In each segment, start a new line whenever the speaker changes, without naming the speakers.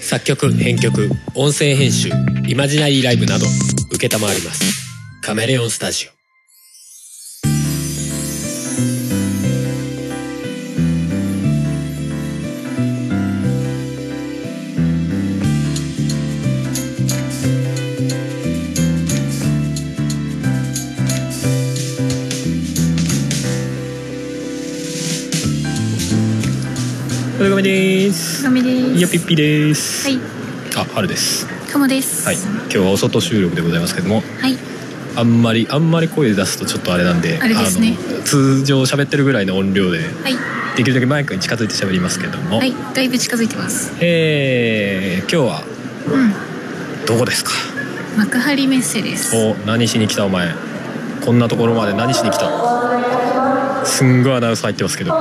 作曲編曲音声編集イマジナリーライブなど承りますカメレオンスタジオ
おがめです
かみです。
いやぴっぴです、
は
あ、春です
い、かもです。
はい、今日はお外収録でございますけども
はい。
あんまりあんまり声出すとちょっとあれなんで
あれですね
の通常喋ってるぐらいの音量で
はい。
できるだけマイクに近づいて喋りますけども、
はい、だいぶ近づいてます。
えー、今日は
うん。
どこですか
幕張メッセです。
お何しに来たお前こんなところまで何しに来たすんごいアナウンス入ってますけど、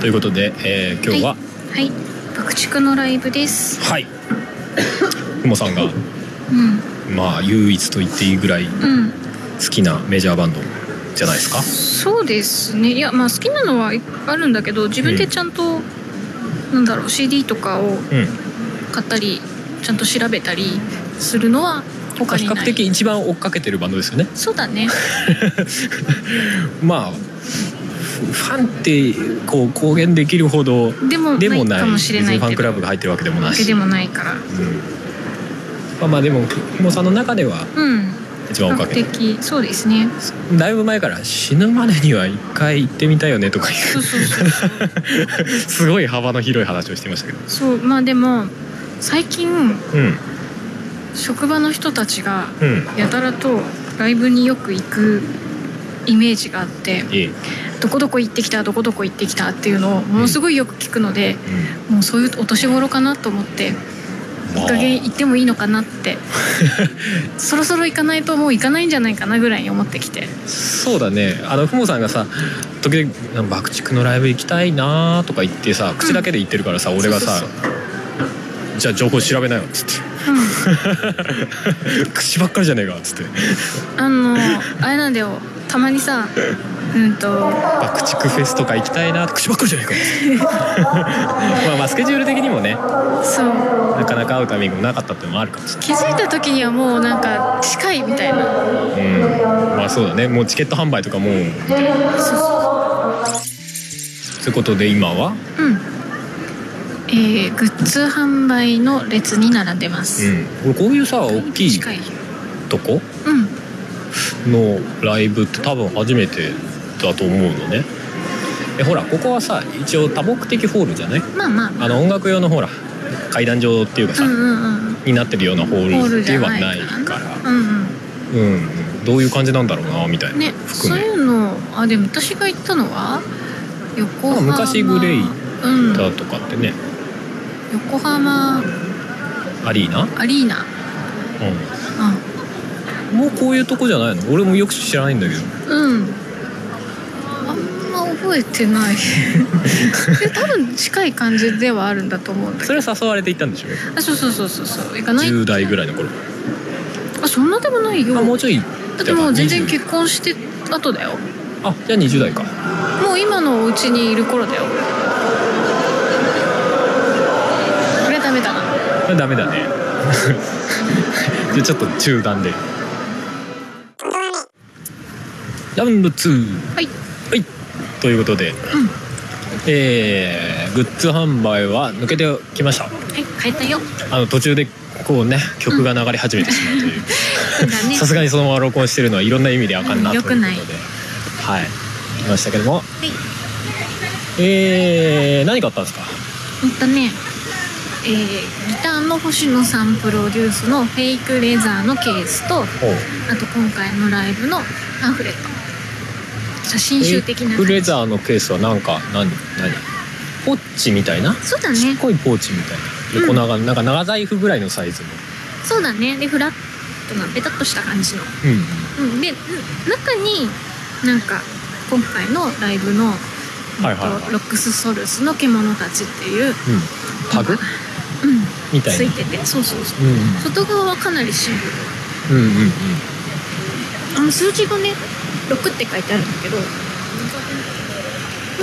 ということで、えー今日は
はい。爆竹のライブです。
はいふもさんが
うん。
まあ唯一と言っていいぐらい
うん。
好きなメジャーバンドじゃないですか
そうですね。いや、まあ好きなのはいっぱいあるんだけど、自分でちゃんと、なんだろう、CD とかを
うん
買ったり、ちゃんと調べたりするのは他に
比
な
較
い。
的一番追っかけてるバンドですよね
そうだね。
まあフファンってこう公言できるほど
でも、
でもな
な
いい
かもしれ
別
な
に
い
ファ
け
ンク
ど。
ラブが入ってるわけでもな
わ
い
け
し、
で
うん
もないから。
まあ、まあでもひもさんの中では
うん。
一番追っかけて
比較的そうですね。
るだいぶ前から死ぬまでには一回行ってみたいよねとかい
そうそうそう。
うすごい幅の広い話をしていましたけど
そうまあでも最近
うん
職場の人たちが
うん
やたらとライブによく行くイメージがあって
いい、うん、
どこどこ行ってきたどこどこ行ってきたっていうのをものすごいよく聞くので、もうそういうお年頃かなと思っていい加減行ってもいいのかなってそろそろ行かないともう行かないんじゃないかなぐらいに思ってきて
そうだねあのふもさんがさ時々「爆竹のライブ行きたいな」とか言ってさ口だけで言ってるからさ、俺がさ
そう
じゃあ情報調べなよ」っつって「 口ばっかりじゃねえか」っつって
うん、あのあれなんだよたまにさうんと
「爆竹フェスとか行きたいな」口ばっかりじゃねえ か」まあまあスケジュール的にもね
そう
なかなか会うタイミングもなかったっていうのもあるかもし
気づいた時にはもうなんか近いみたい
れない、
な
うん、まあそうだねもうチケット販売とかもう
そう
ということで今は、
うんえー、グッズ販売の列に並んでま
う
す、
ん、俺こういうさ大きい
近い
とこ
うん
のライブって多分初めてだと思うのねえほらここはさ一応多目的ホールじゃない
まあまあまあ
あの音楽用のほら階段状っていうか
う
さ、
んうんうん
になってるようなホ
ホー
ー
ル
ル
じ
で
ゃ
は
ない
ない
か
か
ら
ら
うん
うんうんどういう感じなんだろうなみたい
うん
な、
ね
含
そう
め
いうのあでも私が行ったのは横浜
なんか昔グレイ
うん、
だとかってね
横浜
アリーナ、
アリーナ
うん、もうこういうとこじゃないの俺もよく知らないんだけど
うん、うん、あんま覚え てないで多分近い感じではあるんだと思うんだけ
それは誘われて行ったんでしょ
どあそうそうそうそうそう行かない
10代ぐらいの頃
あそんなでもないよ
あもうちょいだ
だってもう全然結婚して後だよ
あじゃあ20代か
もう今のお家にいる頃だよこれダメだな
これダメだねじゃあちょっと中断でラウンド2
はい
はいということで、えーグッズ販売は抜けてきました
はい変え たよ
あの途中でこうね曲が流れ始めてしまうという
そうだね
さすがにそのまま録音してるのはいろんな意味であかんなということ
うん
で、
良くない
はい来ましたけども
はい
えー、何買ったんですか
ほんとねえー、ギターの星野さんプロデュースのフェイクレザーのケースとあ
おう
と今回のライブのパンフレット写真集的な
フレザーのケースはなんか何何ポッチみたいな
そうだね
ちっこいポーチみたいな横長、なんか長財布ぐらいのサイズの、
そうだねでフラットなペタッとした感じの
うん、
うん、でうん中になんか今回のライブの、
はいはいはい
えっとロックスソルスの獣たちっていう、
うん、タグ
うん、
みたい
つ
ない
ててそうそうそう
うん
外側はかなりシンプ
うんうんうん
ルあの数字がね6って書いてあるんだけど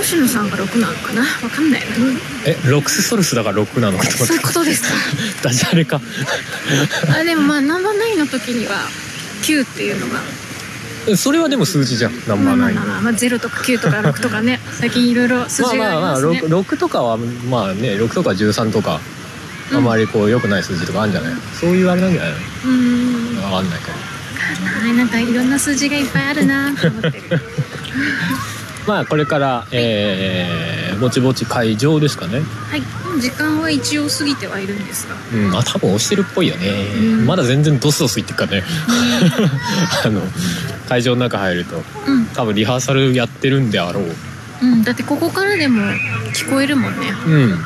吉野さんが6なのかなわかんないな
えロクスソルスだから6なのかと思っ
そういうこ
た
とで すか
ダジャレか
あでもまあナンバーナインの時には9っていうのが
それはでも数字じゃんナンバーナイン
まあまあまあまあ0とか9とか6とかね最近いろいろ数
まあ
字があ
まあ
り
まあ
ますね
6, 6とかはまあね6とか13とか
うん
あまりこう良くない数字とかあるんじゃない、そういうあれなんじゃないの
うーん
分かんないけど
はいなんかいろんな数字がいっぱいあるなと思ってる
まあこれから、えー、ぼちぼち会場ですかね
はいもう時間は一応過ぎてはいるんですが
うんあ多分押してるっぽいよね、
うん
まだ全然ドスドスいってっからね あの会場の中入ると
うん
多分リハーサルやってるんであろう
うんだってここからでも聞こえるもんね
うん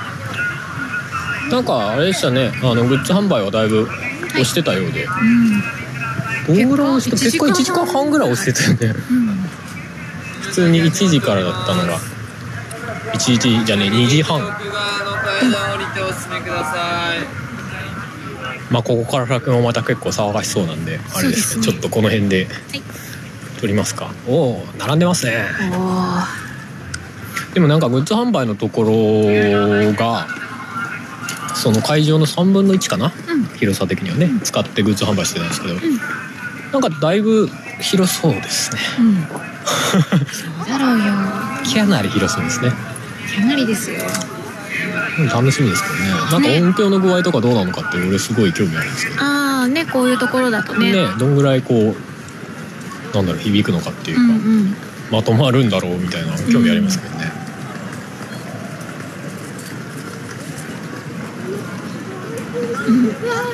なんかあれでしたねあのグッズ販売はだいぶ押してたようで、
うん
どんぐらい押してた
結
結
構
構1時間半ぐらい押してたよね
うん
普通に1時からだったのが1時じゃね2時半
奥側の階段降りてお進みください。
まあここから先もまた結構騒がしそうなんであれです
そう
ね
ですね
ちょっとこの辺で
い
撮りますかおお並んでますね
おー
でもなんかグッズ販売のところがその会場の3分の1かな
うん
広さ的にはね使ってグッズ販売してたんですけど、なんかだいぶ広そうですね
うんそうだろうよ
かなり広そうですね
かなりですよ
うん楽しみですけどねなんか
ね
音響の具合とかどうなのかって俺すごい興味あるんですけど
ああねこういうところだとね
ねどんぐらいこうなんだろう響くのかっていう
う
か、
んうん
まとまるんだろうみたいな興味ありますけどね、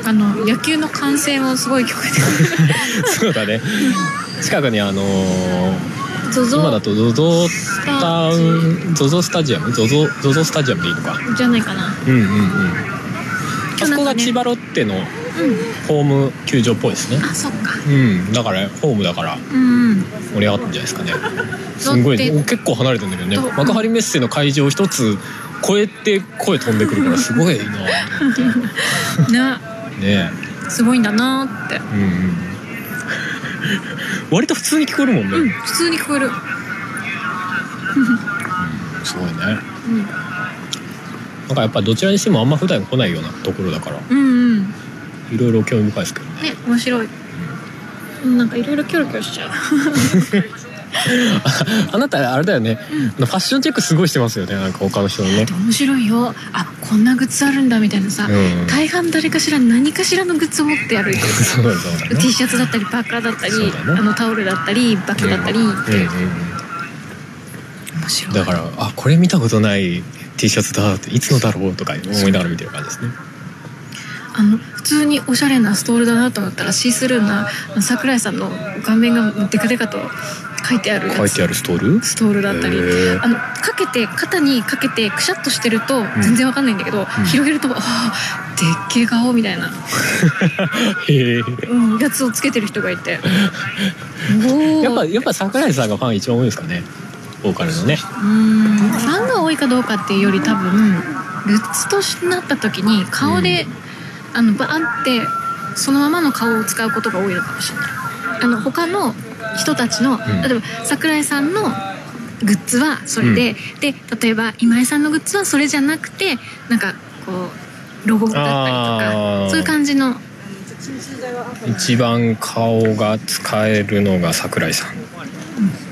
あの野球の観戦をすごい聞こえてく
そうだね近くにあのー
るゾゾ
今だと ZOZO タウン ZOZO スタジアム ZOZO, ZOZO スタジアムでいいのか
じゃないかな
うんうんうんあそこ
な
が
んかね
千葉ロッテの
う
ホーム球場っぽいですね
んあそっか
うんだからホームだから
うん
盛り上がったんじゃないですかねすんごい
ロッテ
お結構離れてんだけどね
どう
幕張メッセの会場一つ超えて声飛んでくるからすごい なと思って
ね
ね
すごいんだなーって
えうんうん割と普通に聞こえるもんね、
うん普通に聞こえる
すごいねなんかやっぱどちらにしてもあんま普段来ないようなところだから
うんうんうん
いろいろ興味深いですけどね
ね面白いうんなんかいろいろキョロキョロしちゃう
あなたあれだよね、ファッションチェックすごいしてますよねなんか他の人のね
で、面白いよあこんなグッズあるんだみたいなさ、
うん、
大半誰かしら何かしらのグッズを持って歩いて る
そうだそうだね
T シャツだったりパーカーだったり、
そうだね
あのタオルだったりバッグだったり、
うんうんうん
面白い
だからあこれ見たことない T シャツだっていつのだろうとか思いながら見てる感じですね
あの普通におしゃれなストールだなと思ったらシースルーな桜井さんの顔面がデカデカと書いてあるやつ
書いてあるストール
ストールだったり
へー
あのかけて肩にかけてくしゃっとしてると全然わかんないんだけど、広げるとあーでっけえ顔みたいな、
へえ
うん、やつをつけてる人がい ておお
やっぱやっぱ桜井さんがファン一番多いですかねボーカルのね
うんファンが多いかどうかっていうより多分グッズとしてなった時に顔で、あのバーンってそのままの顔を使うことが多いのかもしれないあの他の人たちの、
ん
例えば桜井さんのグッズはそれで、で例えば今井さんのグッズはそれじゃなくてなんかこうロゴだったりと
あ
か
ー
そういう感じの
一番顔が使えるのが桜井さん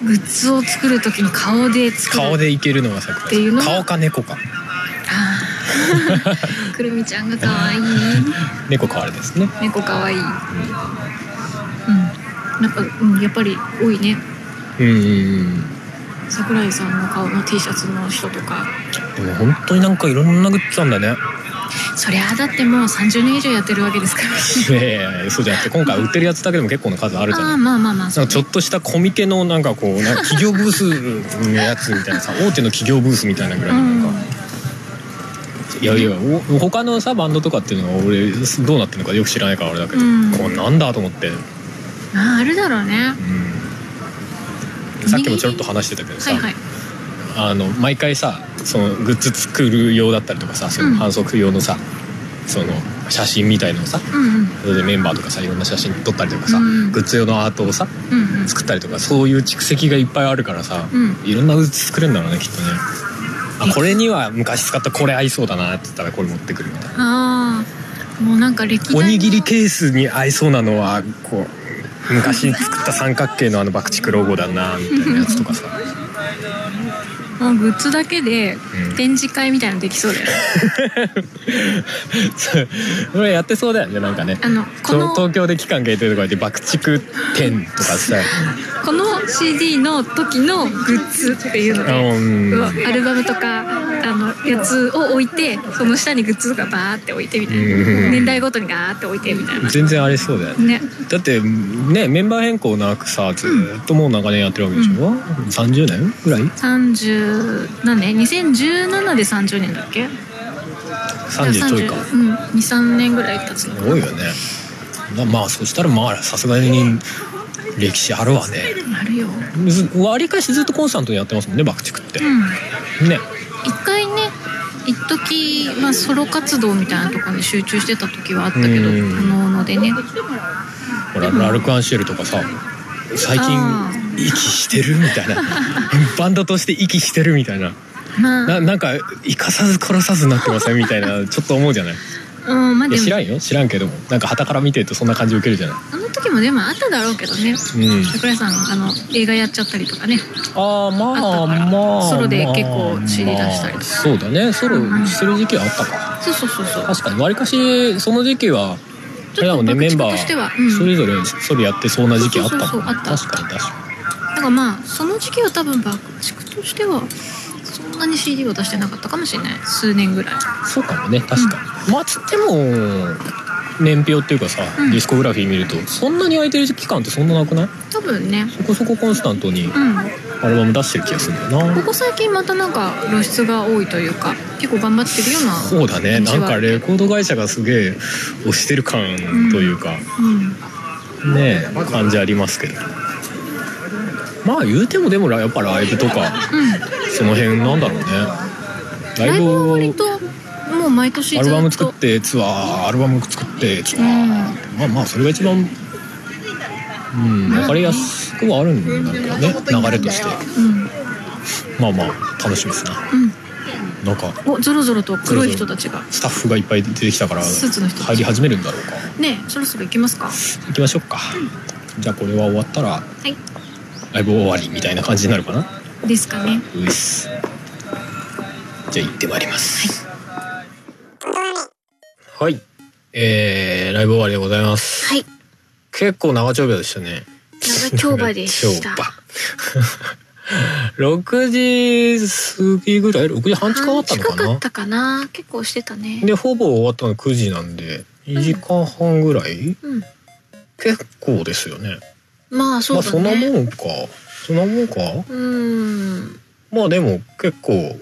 グッズを作る時に顔で作る
顔でいけるのが桜
ってい
井
う
さん
のが
顔か猫か
あ ーくるみちゃんが可愛い
猫かあれですね
猫可愛い。うん。なんか、うん、やっぱり多いね。
うんうんうん
桜井さんの顔の T シャツの人とか。
でも本当になんかいろんなグッズあんだね
そりゃあだってもう30年以上やってるわけですから。
いやいやいやそうじゃなくて今回売ってるやつだけでも結構な数あるじゃない
ああ、まあまあまあ。
なんかちょっとしたコミケのなんかこうなん か企業ブースのやつみたいなさ大手の企業ブースみたいなぐらいのなんか、いやいやお他のさバンドとかっていうのは俺どうなってるのかよく知らないからあれだけど、
うん
こうなんだと思って、う
うん。ああ、あるだろうね。
んさっきもちょろっと話してたけど
は
さ、
いはい。
あの毎回さそのグッズ作る用だったりとかさその
うん
反則用のさ、その写真みたいのをさ
うんうん
それでメンバーとかさいろんな写真撮ったりとかさ、
うん
グッズ用のアートをさ
うんうん
作ったりとかそういう蓄積がいっぱいあるからさ、
うん
いろんなグッズ作れるんだろうねきっとねあこれには昔使ったこれ合いそうだなって言ったらこれ持ってくるみたいな
ああもうなんか歴代の
おにぎりケースに合いそうなのはこう昔作った三角形のあの爆竹ロゴだなみたいなやつとかさ
もうグッズだけで
うん
展示会みたいなのできそうだよね、
そう それやってそうだよねなんかね
あのこの
そう東京で期間限定とかで爆竹店とか さ
この CD の時のグッズっていうの
う
で、
ん
アルバムとかあのやつを置いてその下にグッズとかバーって置いてみたいな、
うん
年代ごとにガーって置いてみたいな
全然ありそうだよね
ね
だってねメンバー変更なくさずーっともう長年やってるわけでしょ、30年ぐらい
30何年2017で30年だっけ
30ちょいか
30うん23年ぐらい経つの
すごいよねなまあそしたらまあさすがに歴史あるわね
あるよ
ずわりかしずっとコンスタントにやってますもんね爆竹って
う、ん
ね
一回ね一時まあソロ活動みたいなところに集中してた時はあったけど
うん
各々でね
ほらラルク・アンシェルとかさ最
あ
近息してるみたいな バンドとして息してるみたいな
まあ
ななんか生かさず殺さずなってませんみたいなちょっと思うじゃない
うんまあ
い
で
や知
も
らんよ知らんけどもなんか傍から見てるとそんな感じ受けるじゃない
あの時もでもあっただろうけどね
うん
桜井さんあの映画やっちゃったりとかね
ああま
あ
あ
ったか
ま
ら
あ
ソロで結構 CD 出したり
ま
とか
あそうだねソロしてる時期はあったか
そうそうそうそう
確かにわりかしその時期はあれだもんねメンバ
爆竹としてはう
ー
ん
それぞれソロやってそうな時期あったもんね
そうそうそうあった
確かに確か
だからまあその時期は多分爆竹としてはそんなに CD を出してなかったかもしれない数年ぐらい
にそうかもね確かに、まあつっても年表っていうかさ、
うん
ディスコグラフィー見るとそんなに空いてる期間ってそんななくない
多分ね
そこそこコンスタントに
うん
アルバム出してる気がするんだよな、
ここ最近またなんか露出が多いというか結構頑張ってるような
そうだね
感じ
なん
は
かレコード会社がすげえ推してる感というか、
う
ね
ん
え感じありますけどまあ言うてもでもやっぱライブとか
うん
その辺なんだろうねラ
ラ
イ
イブは
ブを
割ともう毎年ずっと
アルバム作ってツアーアルバム作ってツアー、
うん
まあまあそれが一番うん分かりやすくはあるんだけどね流れとして
うん
まあまあ楽しみですななんか
うんおゾロゾロと黒い人たちが
スタッフがいっぱい出てきたから
スーツの人たち
入り始めるんだろうか
ねえそろそろ行きますかは
行きましょうかじゃあこれは終わったら
い
ライブ終わりみたいな感じになるかな
ですかね
ういっすじゃあ行ってまいりますはい、えー、ライブ終わりでございます
はい
結構長丁場でしたね
長丁場でした
長丁場6時過ぎぐらい6時半近かったのか
近か
な
ったかな結構してたね
でほぼ終わったの9時なんで2時間半ぐらい、
うん
結構ですよね
まあそ
まあ
うだ
そんな
ね
もんかそんなもんか
うーん
まあでも結構、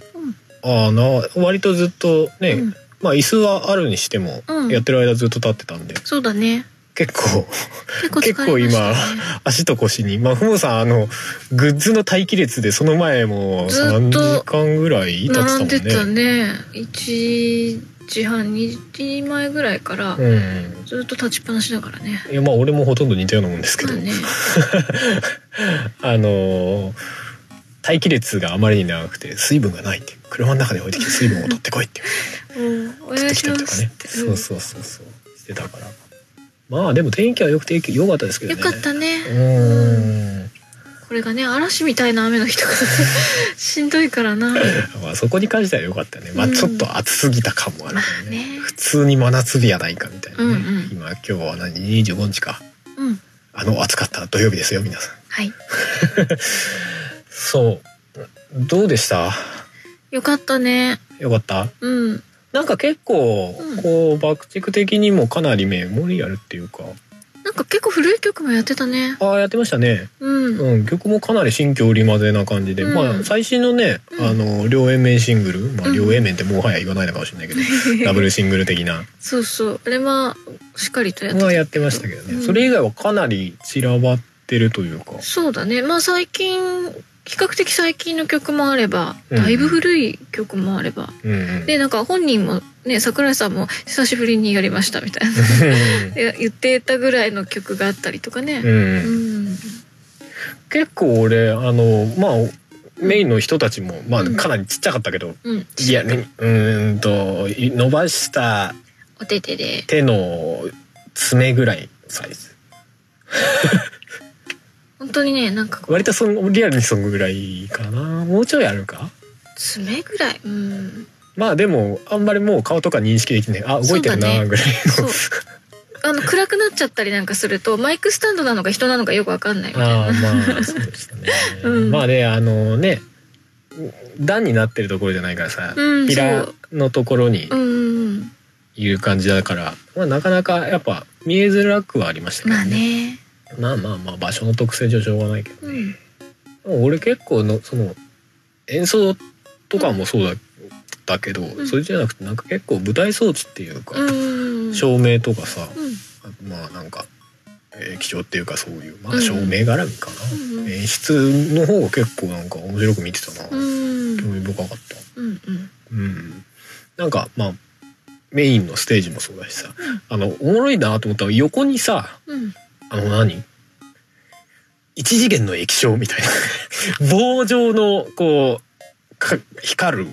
ああな割とずっとね、
うん
まあ椅子はあるにしても、
うん
やってる間ずっと立ってたんで
そうだね
結構
結構疲れ
結構
ました
今
ね
足と腰にまあふもさんあのグッズの待機列でその前も
ずっと
3時間ぐらい立ってたも
並
ん
んでた
ね。
ね1時半2時前ぐらいから
うん
ずっと立ちっぱなしだからね
いやまあ俺もほとんど似たようなもんですけ
ま
ど、
あね
あのー待機列があまりに長くて水分がないっていう車の中で置いてきて水分を取ってこい って
うんお
取っ
願
て
い
き
したま
りとか
す
ね
って
そうそうそうそうしてたからまあでも天気はよくて良かったですけど
よ
ね
かったね
うーん
これがね嵐みたいな雨の日とかだとしんどいからな
まあそこに関しては良かったよね、まあ、
うん
ちょっと暑すぎた感もある
ま
け
あ
どね,、
ね
普通に真夏日やないかみたいなね、
うんうん
今今日は何25日か
うん
あの暑かった土曜日ですよ皆さん
はい
そうどうでした
よかったね
よかった
うん
なんか結構、
うん
こう爆竹的にもかなりメモリアルっていうか
なんか結構古い曲もやってたね
ああやってましたね
うん
うん、曲もかなり新居織り交ぜな感じで、
うん
まあ最新のね、
うん
あの両円面シングル、まあ、
うん
両円面ってもはや言わないのかもしれないけ ど、ダブルシングル的な
そうそうあれはしっかりとやって
のは
た
やってましたけどね、
うん
それ以外はかなり散らばってるというか
そうだねまあ最近比較的最近の曲もあればだいぶ古い曲もあれば、
うんうん
でなんか本人もね桜井さんも久しぶりにやりましたみたいなで言ってたぐらいの曲があったりとかね
う。、
うんん
結構俺あのまあメインの人たちもまあ
うん
かなりちっちゃかったけど、
うん、
いやねうーんとい伸ばした
お手手で
手の爪ぐらいのサイズ
本当にねなんかこう
割とそのリアルにそのぐらいかなもうちょいあるか
爪ぐらい、うん、
まあでもあんまりもう顔とか認識できないあ動いてる
そうだ
な
ね
ぐらい
そうあの暗くなっちゃったりなんかするとマイクスタンドなのか人なのかよくわかんないみたい
ああ
な
まあそうですね、
うん
まあであのね段になってるところじゃないからさ、
うん
ピラ
そう
のところに
うんうんうん
いる感じだから、まあ、なかなかやっぱ見えづらくはありましたけど
まあ
ね,、
ね
まあまあまあ場所の特性上しょうがないけど
う
ね、
ん
俺結構のその演奏とかもそうだ,、だけど、
ん
それじゃなくてなんか結構舞台装置っていうか、
うん
照明とかさ
うん
まあなんか、えー、貴重っていうかそういうま
う
あ
ん
照明絡みかな、
うんうん
演出の方が結構なんか面白く見てたな、
うん
興味深かった
うんうん
うんなんかまあメインのステージもそうだしさ、あのおもろいなと思ったのは横にさ
うん
あの何一次元の液晶みたいな 棒状のこうか光る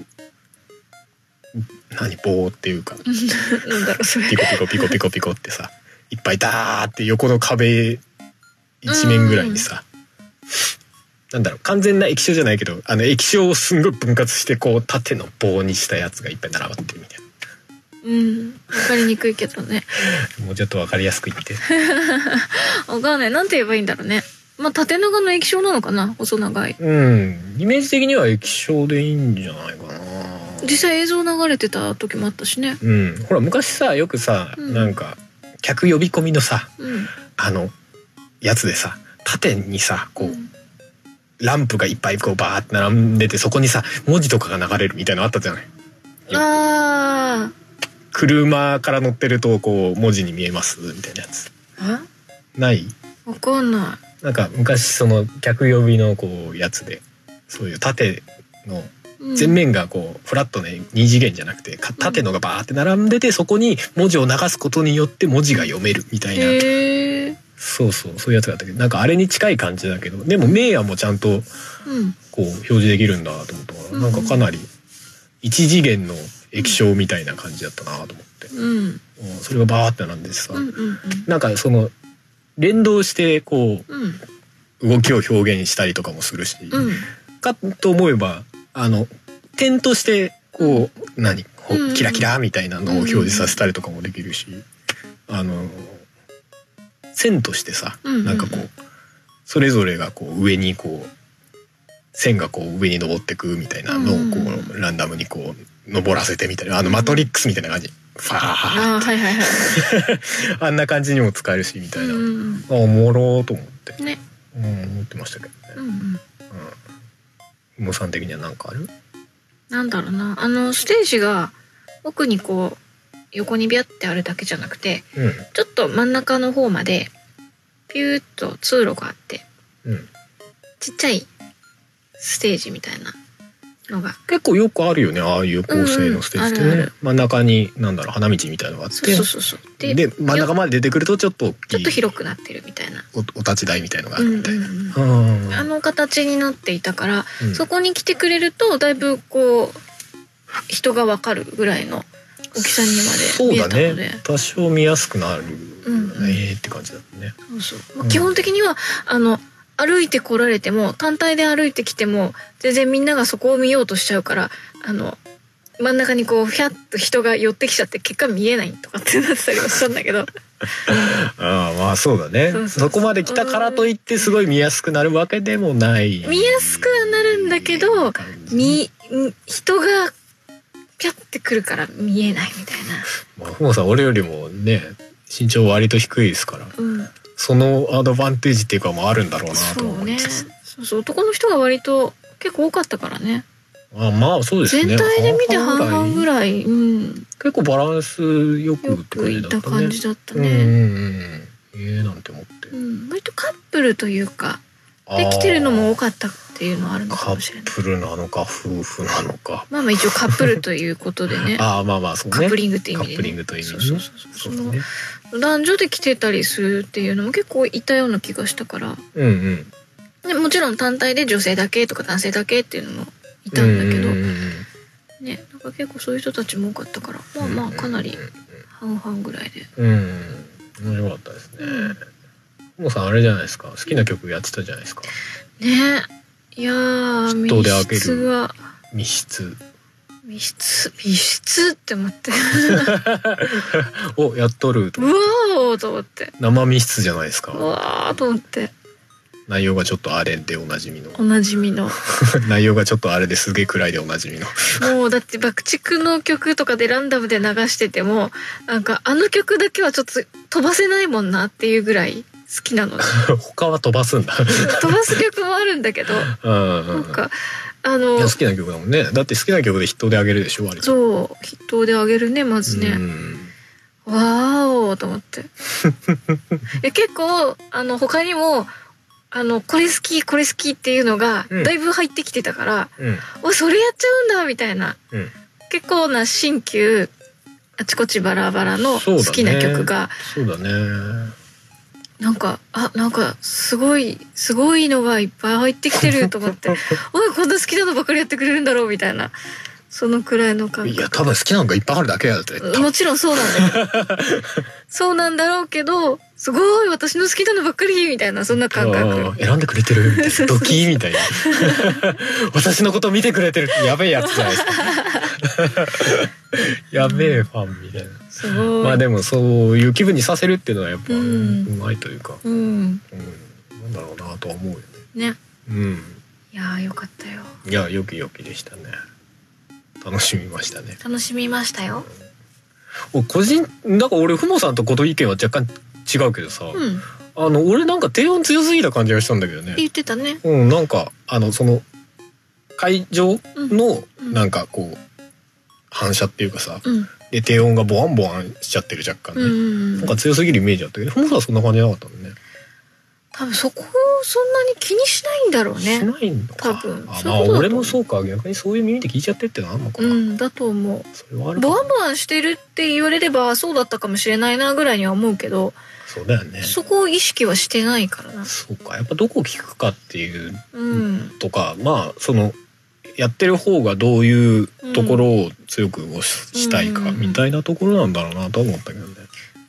何棒っていうか
なんだろうそれ
ピコピコピコピコピコってさいっぱいダーって横の壁一面ぐらいにさなんだろう完全な液晶じゃないけどあの液晶をすんごい分割してこう縦の棒にしたやつがいっぱい並ばってるみたい
うんわかりにくいけどね
なもうちょっとわかりやすく言って
わかんないなんて言えばいいんだろうねまあ縦長の液晶なのかな細長い
うんイメージ的には液晶でいいんじゃないかな
実際映像流れてた時もあったしね
うん、ほら昔さよくさ、
うん
なんか客呼び込みのさ
うん
あのやつでさ縦にさこ
う
うんランプがいっぱいこうバーって並んでてそこにさ文字とかが流れるみたいなのあったじゃない
あ
車から乗ってるとこう文字に見えますみたいなやつ
あ
ない
わかんな
なんか昔その客呼びのこうやつでそういう縦の
い、うん、
全面がこうフラットね二次元じゃなくてか縦のがバーって並んでてそこに文字を流すことによって文字が読めるみたいな
へえ
そうそうそういうやつがあったけどなんかあれに近い感じだけどでも名はもちゃんと
うん
こう表示できるんだと思ったから、
うん
なんかかなり一次元の液晶みたいな感じだったなと思って、
うん
うんそれがバーってなんでさ、
うんうん
なんかその連動してこ
うんうん
う動きを表現したりとかもするし、
うん
かと思えばあの点としてこう何ほ
うんうん
キラキラみたいなのを表示させたりとかもできるし、あの線としてさ、
うんうん
なんかこうそれぞれがこう上にこう線がこう上に登ってくみたいなのをこ
うんうん
うランダムにこう登らせてみたいなあのマトリックスみたいな感じ、ファー
ああはいはいはい
あんな感じにも使えるしみたいな、
うんうん
あおもろーと思って、
うんね
うん、思ってましたけどね。
うんうん
うん、もさん的には何かある？
なんだろうなあのステージが奥にこう横にビャってあるだけじゃなくて
うん
ちょっと真ん中の方までピューッと通路があって
うん、
ちっちゃいステージみたいなのが
結構よくあるよねああいう構成のステージってね、
うんうんあるある
真ん中に何だろう花道みたいのがあって
そうそうそうそう
で真ん中まで出てくるとちょっと大きい
ちょっと広くなってるみたいな、
おお立ち台みたいのがあ
う
る
んう
み
ん
たいな。
う
う
ん
んうんうん
あの形になっていたから、
うん
そこに来てくれるとだいぶこう人がわかるぐらいの大きさにまで見えたの
そ
で
うだね多少見やすくなるよね、
うんうん
って感じだったね。
そうそうまあ
うん
基本的には、あの歩いて来られても単体で歩いてきても全然みんながそこを見ようとしちゃうからあの真ん中にこうひゃっと人が寄ってきちゃって結果見えないとかってなってたりもしたんだけど
ああまあそうだね
そうそう
そ
そう
こまで来たからといってすごい見やすくなるわけでもない。
見やすくはなるんだけど
感じ
みん人がピャってくるから見えないみたいな。
まあ、ふもさん俺よりもね身長割と低いですから
うん
そのアドバンテージっていうかもあるんだろうな
そ
と
う
思
ね
いつつ、
そうそう男の人が割と結構多かったからね
あまあそうですね
全体で見て半々ぐ
い
らい、うん、
結構バランスよく
よ
って
く
感じ
い
だったたね
感じだった
うん
ね、
うんうんええなんて思って
うん割とカップルというか
あ
で
ー
来てるのも多かったっていうのはあるのか
カ
もしれない
ップルなのか夫婦なのか
まあまあ一応カップルということでね
ああまあまあそうね
カップリングって意
カ
味でね
ップリングという意味でね
そうそうそう
そ
そう
うだね
男女で来てたりするっていうのも結構いたような気がしたから
うんうん
でもちろん単体で女性だけとか男性だけっていうのもいた
うんん
だけど、
うんうん
ねなんか結構そういう人たちも多かったからまあまあかなり半々ぐらいで
うんうん面白かったですねももさんあれじゃないですか好きな曲やってたじゃないですか
ねいやー
人で開ける
密室が
密室
密室密室って待って
をやっとると
うわーと思って
生密室じゃないです
う
か
わーと思って
内容がちょっとあれでおなじみの
おなじみの
内容がちょっとあれですげえ暗いでおなじみの
もうだって爆竹の曲とかでランダムで流しててもなんかあの曲だけはちょっと飛ばせないもんなっていうぐらい好きな の
他は飛ばすんだ
飛ばす曲もあるんだけど
うんうん
な
うんん
かあ
い
の
や好きな曲だもんねだって好きな曲で人であげるでしょ割と
そう筆頭であげるねまず
う
ね、
ん
わーおと思って いや結構あの他にもあのこれ好きこれ好きっていうのが
うん
だいぶ入ってきてたから、
うん
おそれやっちゃうんだみたいな
うん
結構な新旧あちこちバラバラの
そう
好
だね
きな曲が、
そうだね
なんかあなんかすごいすごいのがいっぱい入ってきてると思って おいこんな好きなのばっかりやってくれるんだろうみたいなそのくらいの感
い
覚
や多分好きなのがいっぱいあるだけだって
もちろんそうなん だよそうなんだろうけどすごい私の好きなのばっかりみたいなそんな
あ
感覚
ー選んでくれてるみたい
そ
な
うそう
ドキーみたいな 私のこと見てくれてるやべえやつじゃないですか やべえファンみたいな、
すごい、
まあでもそういう気分にさせるっていうのはやっぱ、う
うん
まいというか、
うん
うん、なんだろうなとは思うよね
ね
うん
いやーよかったよ
いやよきよきでしたね楽しみましたね
楽しみましたよ
お個人なんか俺ふもさんとこの意見は若干違うけどさ、
うん
あの俺なんか低音強すぎた感じがしたんだけどね
言ってたね
うん、なんかあのその会場の
うん
なんかこう反射っていうかさ
うん
で低音がボワンボワンしちゃってる若干
う
ね、
ん
なんか強すぎるイメージだったけどふもさんはそんな感じじゃなかったのね
多分そこをそんなに気にしないんだろう
し
ね
ないのか
多分
あ
そ
ま
う
あ
いうことだと思う
俺もそうか逆にそういう耳で聞いちゃってってのはあんのか
う
な、
んだと思う
それはあるか
ボ
も
ワンボワンしてるって言われればそうだったかもしれないなぐらいには思うけど
そうだよね
そこを意識はしてないからな
そうかやっぱどこ聞くかっていう
うん
とかまあそのやってる方がどういうところを強く推ししたいか
うん
みたいなところなんだろうなとは思ったけどね、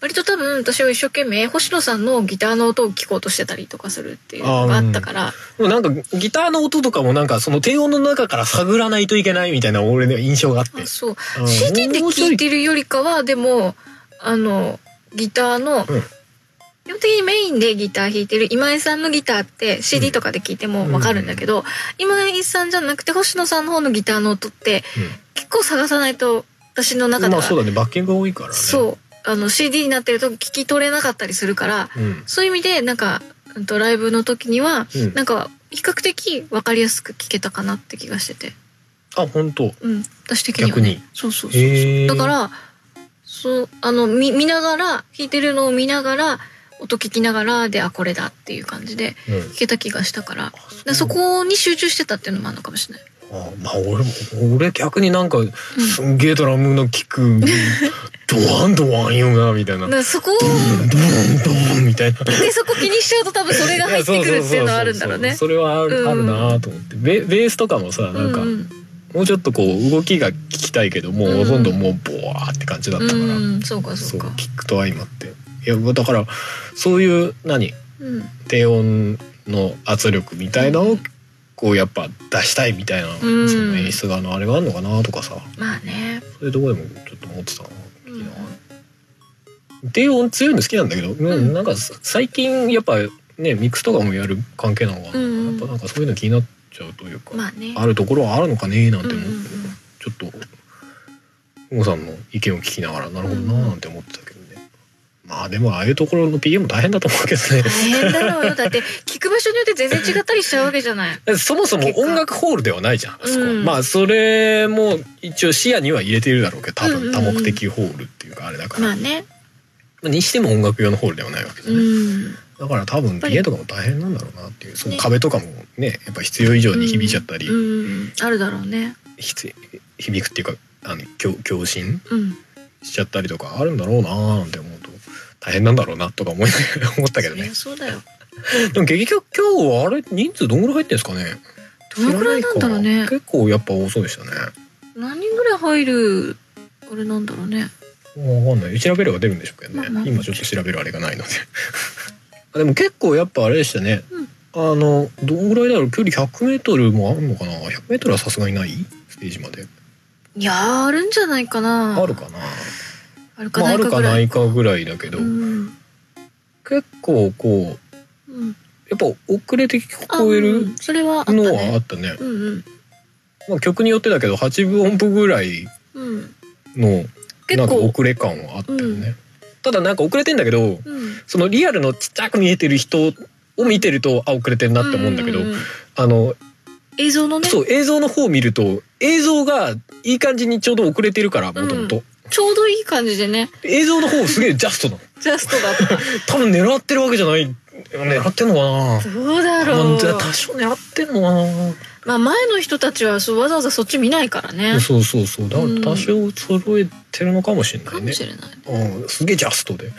割と多分私は一生懸命星野さんのギターの音を聞こうとしてたりとかするっていうのがあったから、
でもなんかギターの音とかもなんかその低音の中から探らないといけないみたいな俺の印象があって
あそう
うん
CD で
もうちょ
聴
い
いてるよりかはでもあのギターの、
ん
基本的にメインでギター弾いてる今井さんのギターって CD とかで聴いてもわかるんだけど、今井さんじゃなくて星野さんの方のギターの音って結構探さないと私の
う
中
ん
で
まあ
は、
そうだねバッキングが多いからね
そうあの CD になってると聞き取れなかったりするから
う、ん
そういう意味でなんかうんとライブの時には
うん、
なんか比較的分かりやすく聞けたかなって気がしてて、
あ本当
うん、私的には、
逆
ね、
に
そうそうそう
へえ
だからそうあの見見ながら弾いてるのを見ながら音聞きながらであこれだっていう感じで
うん
弾けた気がしたからだか
あ
らそうこに集中してたっていうのもあるのかもしれない、
あまあ俺も俺逆になんかすんげえドラムの聞くドワンドワンよなみたいなドワ
だからそこを
ンドワンみたいな
でそこ気にしちゃうと多分それが入ってくるっていうのはあるんだろう
いや
ね
そうそうそうそうそれはある,、
うん
あるなと思ってベベースとかもさ
う
なん
ん
か、
うん
もうちょっとこう動きが聞きたいけどもう
うん
ほとんどもうボワーって感じだったから、
うんそうかそ
そう
うか
キックと相まっていやだからそういう何
うん
低音の圧力みたいなのをこうやっぱ出したいみたいな、
ん
その演出側のあれがあるのかなとかさ
まあね
そういうところでもちょっと思ってたな。
うん
低音強いの好きなんだけど、
ん
なんか最近やっぱねミックスとかもやる関係なのかな、
う
や
ん
っぱなんかそういうの気になっちゃうというか、
まあね
あるところはあるのかねなん
うん
て
う
思
ん
っ
う
て、
ん
ちょっとふもさんの意見を聞きながらなるほどなーなんて思ってたけどね、まあでもああいうところの PM 大変だと思うけど ね
大変だろうよだって聞く場所によって全然違ったりしちゃうわけじゃない
そもそも音楽ホールではないじゃんあそこ、
うん
まあそれも一応視野には入れているだろうけど多
うんうんう
分
ん
多目的ホールっていうかあれだから、
まあね
まあにしても音楽用のホールではないわけじゃ
う
ない、
ん
だから多分
ぱり
家とかも大変なんだろうなっていうその
ね
壁とかもねやっぱ必要以上に響いちゃったり、
うんうんあるだろうね
ひつ響くっていうかあの強強振
うん
しちゃったりとかあるんだろうなーなんて思うと大変なんだろうなとか思い 思ったけど
そり
ね
ゃそうだよ
でも結局今日はあれ人数どんぐらい入ってんですかね
どのくらいなんだろうね
知らないか結構やっぱ多そうでしたね
何人ぐらい入るあれなんだろうね
わかんない調べれば出るんでしょうけどね、
まあまあ
今ちょっと調べるあれがない のででも結構やっぱあれでしたね、
うん
あのどんぐらいだろう距離 100m もあるのかな 100m はさすがにないステージまで
いやーあるんじゃないかな
あるかな、
あるか
まあ、あ
ない
る
か
か
ぐ
な
らい
いかぐらいだけど、
うん
結構こう
うん
やっぱ遅れて聞
あ
こえ
う
る
んそれはあった
のはあ
ね
ったね
うんうん
まあ、曲によってだけど8分音符ぐらい
うん
のな
結
んか
構
遅れ感はあったよね、
うん
ただなんか遅れてんだけど
うん
そのリアルのちっちゃく見えてる人を見てるとあ遅れてんなって思うんだけど、
ううう
あの
映像のね
そう映像の方を見ると映像がいい感じにちょうど遅れてるからもともと
ちょうどいい感じでね
映像の方すげえジャストなの
ジャストだ っ
多分狙ってるわけじゃない狙ってんのかな
たどうだろ
まあ
う
じゃあ多少狙ってんのかな
まあ前の人たちはそうわざわざそっち見ないからね
そうそうそうだから
うん
多少揃えてるのかもしれな
か
い
も
ね
しれない
うん、すげえジャストで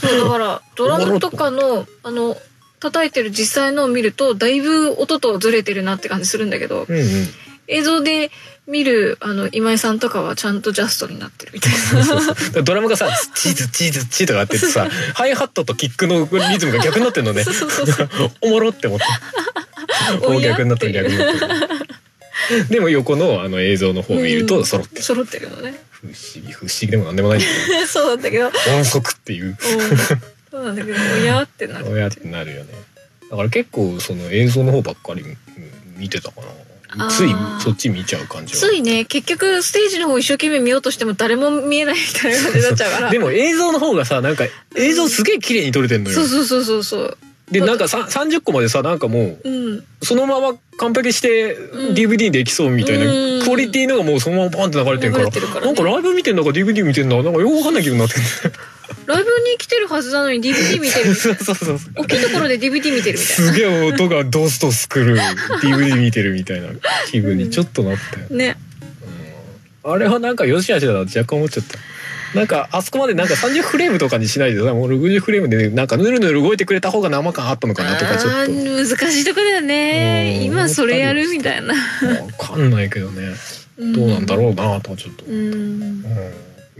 そうだからドラムとかのあの叩いてる実際のを見るとだいぶ音とずれてるなって感じするんだけど
うんうん
映像で見るあの今井さんとかはちゃんとジャストになってるみたいな
ドラムがさ「チーズチーズチー」とかやってて さハイハットとキックのリズムが逆になってんのね
そうそうそう
おもろって思って
おや
逆になってる逆になってるでも横のあの映像の 方を見る
う
と
ん
揃ってる
揃ってるのね
不思議不思議でもなんでもないんだけ
そうなんだけどうん
ど音速っていう
そうなんだけどおやってなる
親ってなるよねだから結構その映像の方ばっかりうん見てたかな
あー
ついそっち見ちゃう感じは
ついね結局ステージの方一生懸命見ようとしても誰も見えないみたいな感じになっちゃうか ら
でも映像の方がさなんか映像すげえ綺麗に撮れてんのよ
そうそうそうそうそう
でなんかさ30個までさなんかもう
うん
そのまま完璧して
ん
DVD できそうみたいな、
うん
クオリティのがもうそのままパンって流れてるから
流れてるからね
なんかライブ見てんだか DVD 見てんだかなんかよくわかんない気分になってる
ライブに来てるはずなのに DVD 見て る
そうそうそうそう
大きいところで DVD 見てるみたいな
すげえ音がドスドスくる DVD 見てるみたいな気分にちょっとなったよ、
ね
あれはなんかよしあしだなって若干思っちゃったなんかあそこまでなんか30フレームとかにしないでさもう60フレームでなんかぬるぬる動いてくれた方が生感あったのかなとかちょっと
あー難しいとこだよ
うん
ね今それやるみたいな
わかんないけどねどうなんだろうなとはちょっと
ううん
うん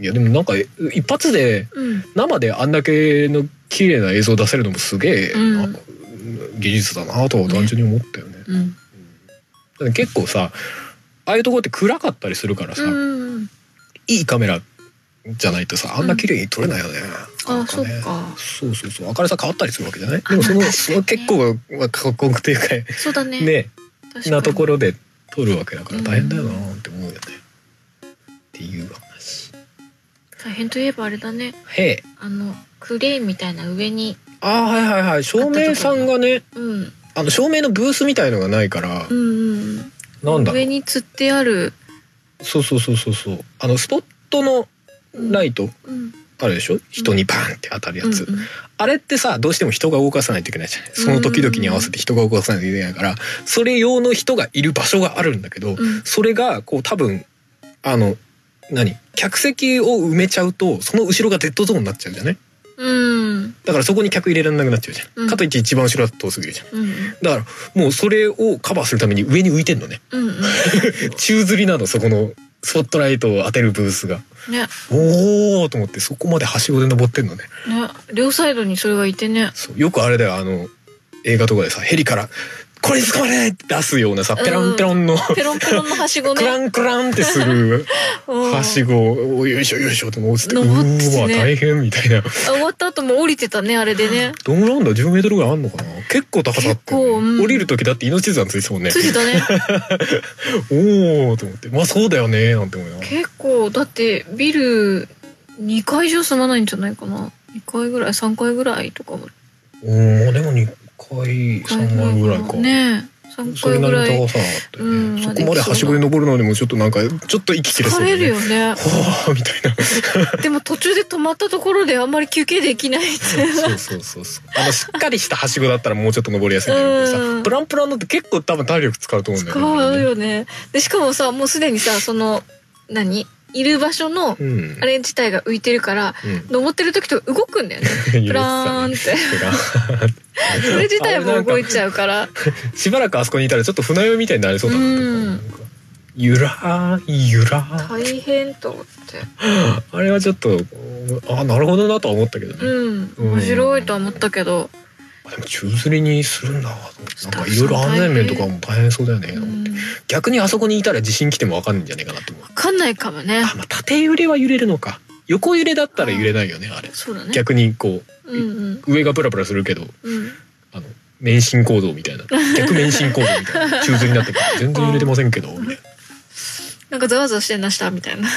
いやでもなんかえ一発で
うん
生であんだけの綺麗な映像出せるのもすげえ、
うん
なんか技術だなとは単純に思ったよね。
うん
だって結構さああいうとこって暗かったりするからさ、
うん
いいカメラじゃないとさあんな綺麗に撮れないよね。な
あ
ん
そっ
ね
か
そうそうそう明るさ変わったりするわけじゃないでもそのその結構まあ過酷というか
そうだね
ね
確かに
なところで撮るわけだから大変だよなって思うよね。っていう話。
大変といえばあれだね
へえ
あのクレーンみたいな上に
あーはいはいはい照明さんがね
うん
あの照明のブースみたいのがないから、
うんうん
なんだろ
上
う
に吊ってある
そうそうそうそうそうあのスポットのライト、
うん
あるでしょ人にバンって当たるやつ、
うんうん
あれってさどうしても人が動かさないといけないじゃないその時々に合わせて人が動かさないといけないからそれ用の人がいる場所があるんだけど、
うん
それがこう多分あの何客席を埋めちゃうとその後ろがデッドゾーンになっちゃうじゃない
うん
だからそこに客入れられなくなっちゃうじゃん、
うん
かといって一番後ろだと遠すぎるじゃん
うん
だからもうそれをカバーするために上に浮いてんのね
うんうん
宙吊りなのそこのスポットライトを当てるブースが
ね
おおと思ってそこまではしごで登ってんのね
ね両サイドにそれがいてね
そうよくあれだよあの映画とかでさヘリから「これに使われない!」って出すようなさペロンペロンの、
ペロンペロンのはしご
クラ
ね
ンクランってする
うん
はしごをよいしょよいしょって落ちてう
登ってね
ーわ大変みたいな
あ終わった後も降りてたねあれでね
ど んぐらいあんだ10メートルぐらいあんのかな結構高さあって、
結構うん
降りる時だって命綱ついてたもんね
ついてたね
おおと思ってまあそうだよねなんて思いながら
結構だってビル2階以上住まないんじゃないかな2階ぐらい3階ぐらいとか
おおでも2回3回ぐらいか、
ね3
それ
回
な
ぐ
りの
ら
高。
い
さなかったよね、
うん
そこまではしごに登るのにもちょっとなんかちょっと息切れそう
疲
だ
れるよね。
はあみたいな
でも途中で止まったところであんまり休憩で きないって。
そうそうそうそうあのしっかりしたはしごだったらもうちょっと登りやすいんだけど
う
さ
ん
プランプランのって結構多分体力使うと思うんだよね
使うよね。で、しかもさ、もうすでにさ、その、何いる場所の、
うん
あれ自体が浮いてるから、
うん
登ってる時と動くんだよね。プラーンって。
揺れて
それ自体も動いちゃうから。
たしばらくあそこにいたらちょっと船酔いみたいになりそうだな
うん
ゆらーゆらー
大変と思って。
あれはちょっとあなるほどなとは思ったけどね、
うん。面白いとは思ったけど。
でも宙吊りにするんだなんかいろいろ
スタッフさん
案内面とかも大変そうだよね、
うんわ
逆にあそこにいたら地震来てもわかんないんじゃないかなと思う
かんないかもね
あ。まあ縦揺れは揺れるのか横揺れだったら揺れないよねあれ
そうだね。
逆にこ
うんうん
う上がプラプラするけど
うん。
あの免震構造みたいな逆免震構造みたい な宙吊りになってるから全然揺れてませんけどみたいな
なんかざわざわしてんなしたみたいな。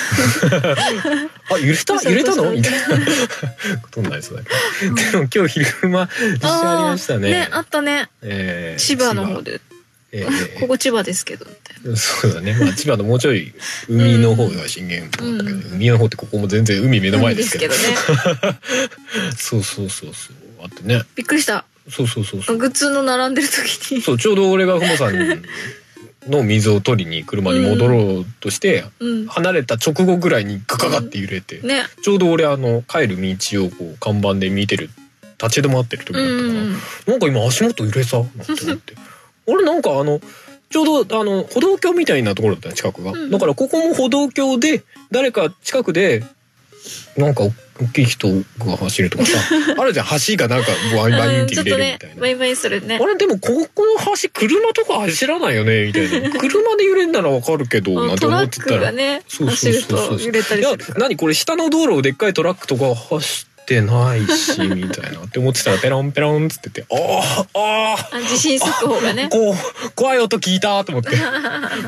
あ揺れた揺れたの
そうそうそう
みたいな ことになりそうだけどでも今日昼間実際ありましたね
あったね。
えー
千葉の方で。
千葉えー
ここ千葉ですけどみたいな。
そうだね、まあ、千葉のもうちょい海の方が震源だったけど、
う
海の方ってここも全然海目の前ですけど
海ですけどね。
そうそうそうそうあってね
びっくりした。
そうそうそうそう
グッズの並んでる時 に。
そうちょうど俺がふもさんの水を取りに車に戻ろうとして、
うん。
離れた直後ぐらいにガガガって揺れて、
ね。
ちょうど俺あの帰る道をこう看板で見てる立ち止まってる時
う
だったから、
ん。
なんか今足元揺れさなんて思って 俺なんかあのちょうどあの歩道橋みたいなところだったの近くが、
うん
だからここも歩道橋で誰か近くでなんか大きい人が走るとか さあるじゃん橋がなんかワインワイン
う
っ
ん、
て
ちょ
揺れ
っと
る
ね
みたいな、
バイバイするね
あ。れでもここの橋車とか走らないよねみた いな車で揺れんならわかるけど
あ
な
の
んて
ト
思
ラ
っ
ッ
てた
ク
ら
がね
そうそ
走
う
る
そうそう
と揺れた
い
り
や
するから。
何これ下の道路をでっかいトラックとか走ってないしみたいなって思ってたらペロンペロンっつって てああああ
あ地震速報がね。
こう怖い音聞いた と思って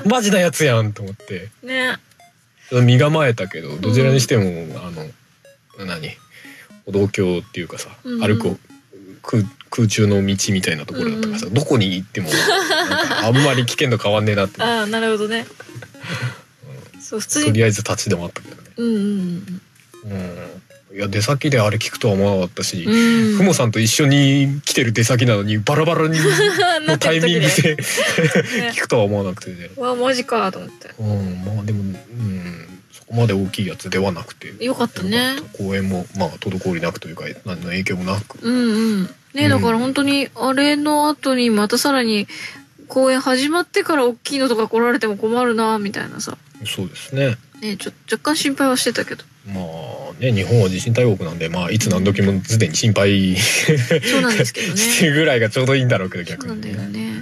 マジなやつやんと思って
ね。
身構えたけどどちらにしても、あの何歩道橋っていうかさ、
うん
歩く空空中の道みたいなところだったからさ、どこに行ってもなんかあんまり危険度変わんねえなって
ああなるほどね。そう普通
と
に。
りあえず立ち止まったけどね。
うんうん
うんいや出先であれ聞くとは思わなかったし、
うん。
ふもさんと一緒に来てる出先なのにバラバラに
な
の
って
タイ
る
ミン
時
グ
ね。
で
ね
聞くとは思わなくてね。
わマジかと思って。
うん、まあでも、うん、そこまで大きいやつではなくて。
よかったね
よかった公演も、まあ、滞りなくというか、何の影響もなく。
うんうん。
う
ね
ん
だから本当にあれの後にまたさらに公演始まってから大きいのとか来られても困るなみたいなさ。
そうですね。
ねちょ若干心配はしてたけど。
まあね、日本は地震大国なんで、まあ、いつ何時もすでに心配
そうなんですけどね。
してるぐらいがちょうどいいんだろうけど、
そう
逆
なん
にね、
だよね。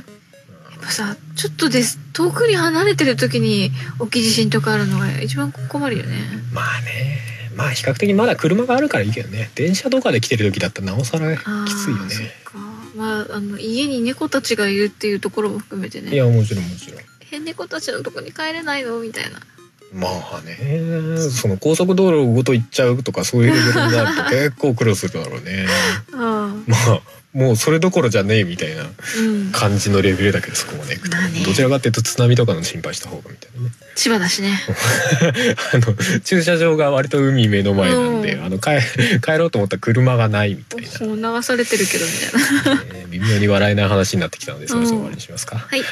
やっぱさ、ちょっとです、遠くに離れてる時に大きい地震とかあるのが一番困るよね。
まあね、まあ比較的まだ車があるからいいけどね。電車とかで来てる時だったらなおさらき
あー
ついよ
そっ
ね。
か。まあ、あの、家に猫たちがいるっていうところも含めて
い
ね。
や、もちろんもちろん。
え、猫たちのとこに帰れないのみたいな。
まあね、その高速道路ごと行っちゃうとかそういうレベルにな ると結構苦労するだろうね。
あ
まあもうそれどころじゃねえみたいな
あ。うん。
感じのレベルだけどそこまでいくと、
まあね
どちらかっていうと津波とかの心配した方がみたいなね
千葉だしね。
あの駐車場が割と海目の前なんで、
うん
あの帰 帰ろうと思ったら車がないみたい
もう流されてるけど、みたいな。
な、ね微妙に笑えない話になってきたのでそろそろ終わりにしますか、
はい。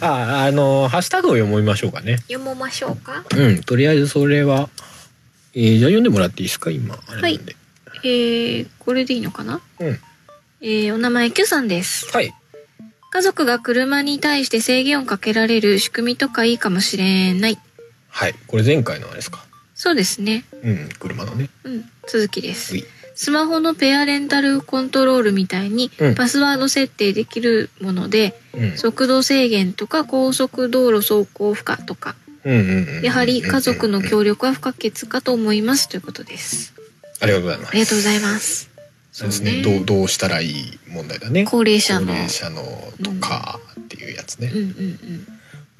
ああのハッシュタグを読みましょうかね
読もましょうか。
うんとりあえずそれは、えーじゃあ読んでもらっていいですか今あれなんで
えー、これでいいのかな
うん。
えー、お名前 Q さんです。
はい、
家族が車に対して制限をかけられる仕組みとかいいかもしれない。
はい、これ前回のあれですか
そうですね。
うん車のね
うん。続きです
はい。
スマホのペアレンタルコントロールみたいに
うん
パスワード設定できるもので、
うん
速度制限とか高速道路走行負荷とか、
うんうんうんうん
やはり家族の
うん
協力は不可欠かと思いますということです。
ありがとうございます
ありがとうございます。
そうですねどうどうしたらいい問題だね
高齢者
高
の。
齢者のとかっていうやつね
うん、うん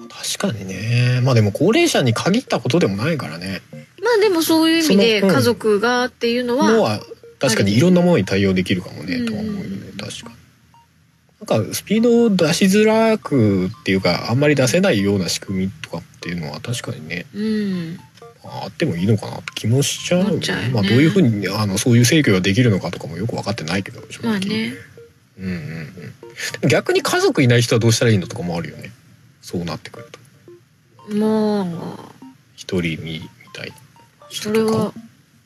うん。
確かにねまあでも高齢者に限ったことでもないからね
まあでもそういう意味で
そのうん
家族がっていうの
の
は、
は確かにいろんなものに対応できるかもね、
うん
とは思うよね確かになんかスピードを出しづらくっていうかあんまり出せないような仕組みとかっていうのは確かにね
うん
まああってもいいのかなって気もしちゃう
思っちゃうよね
まあ、どういうふうにあのそういう制御ができるのかとかもよく分かってないけど正直、
まあね
うんうんうん、でも逆に家族いない人はどうしたらいいのとかもあるよねそうなってくると
まあ
一人身みたいな人
それ
とか
は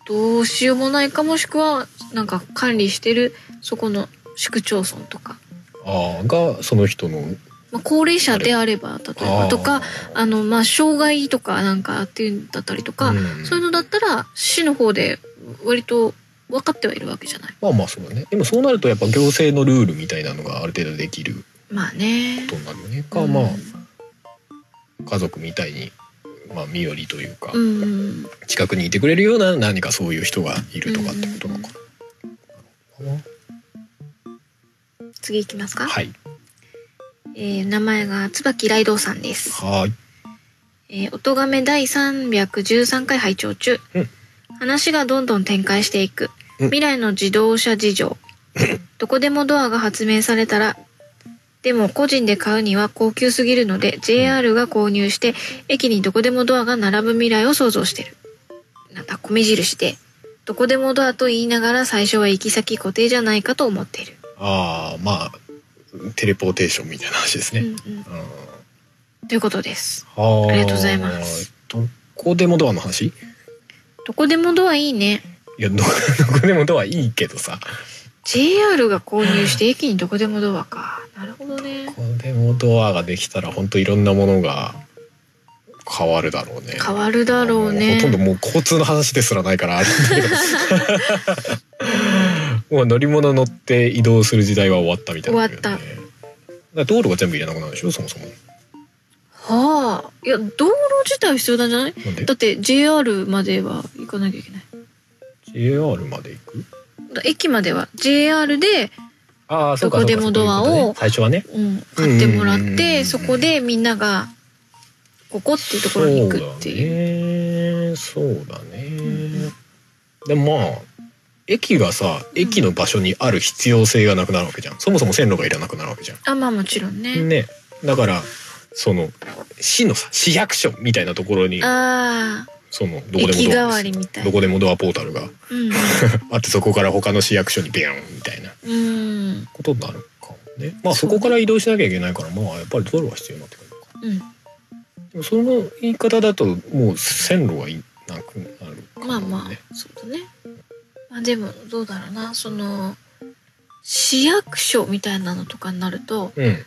どうしようもないかもしくはなんか管理してるそこの市区町村とか、
ああがその人の
まあ、高齢者であれば例えばと
あ
か
ー
あのまあ障害とかなんかっていうんだったりとか、
うん
そういうのだったら市の方で割と分かってはいるわけじゃない
まあまあそうだねでもそうなるとやっぱ行政のルールみたいなのがある程度できるこ
まあね
とになるよねか、
うん
まあ家族みたいに、まあ、身寄りというか、
うんうん
近くにいてくれるような何かそういう人がいるとかってことなのかな、
次いきますか、
はい
えー名前が椿雷道さんです
はーい
えー、音亀第313回拝聴中、
うん
話がどんどん展開していく、
うん
未来の自動車事情どこでもドアが発明されたらでも個人で買うには高級すぎるので JR が購入して駅にどこでもドアが並ぶ未来を想像してるなんか米印でどこでもドアと言いながら最初は行き先固定じゃないかと思っている、
ああまあテレポーテーションみたいな話です
う
ね、
んうん
うん
ということです
はー
ありがとうございます
どこでもドアの話い
どこでもドアいいね
やどどこ でもドアいいけどさ
JR が購入して駅にどこでもドアか。なるほどね
ど。こでもドアができたら本当いろんなものが変わるだろうね
変わるだろう
も
ね。
ほとんどもう交通の話ですらないからあれ なんだけどもう乗り物乗って移動する時代は終わったみたいな、ね、
終わ
だ
った
から道路が全部いらなくなるでしょそもそも
はあ。いや、道路自体は必要なんじゃない
なんで
だって JR までは行かなきゃいけない。
JR まで行く
だ駅までは JR で、
ああそうか
どこでもドアを
そうかそういうことね最初はね
うん、買ってもらっ
う
て、
ん
そこでみんなが、ここっていうところに行くってい
い
う。
うそうだねそうだね
ん
でもまあ駅がさ駅の場所にある必要性がなくなるわけじゃんそもそも線路がいらなくなるわけじゃん
あ、まあもちろんね。
ねだからその市のさ市役所みたいなところに
ああ、
そのどこでも
駅代
ドア
わ
で
りみた
すど
いな。
こでもドアポータルが
うん。
あってそこから他の市役所にビューンみたいな
うん。
ことになるかもねまあそこから移動しなきゃいけないからまあやっぱりドアは必要になってくるのか
うん。
でもその言い方だともう線路はいなくなるかもね
まあまあそうだねまあでもどうだろうなその市役所みたいなのとかになると
うんうん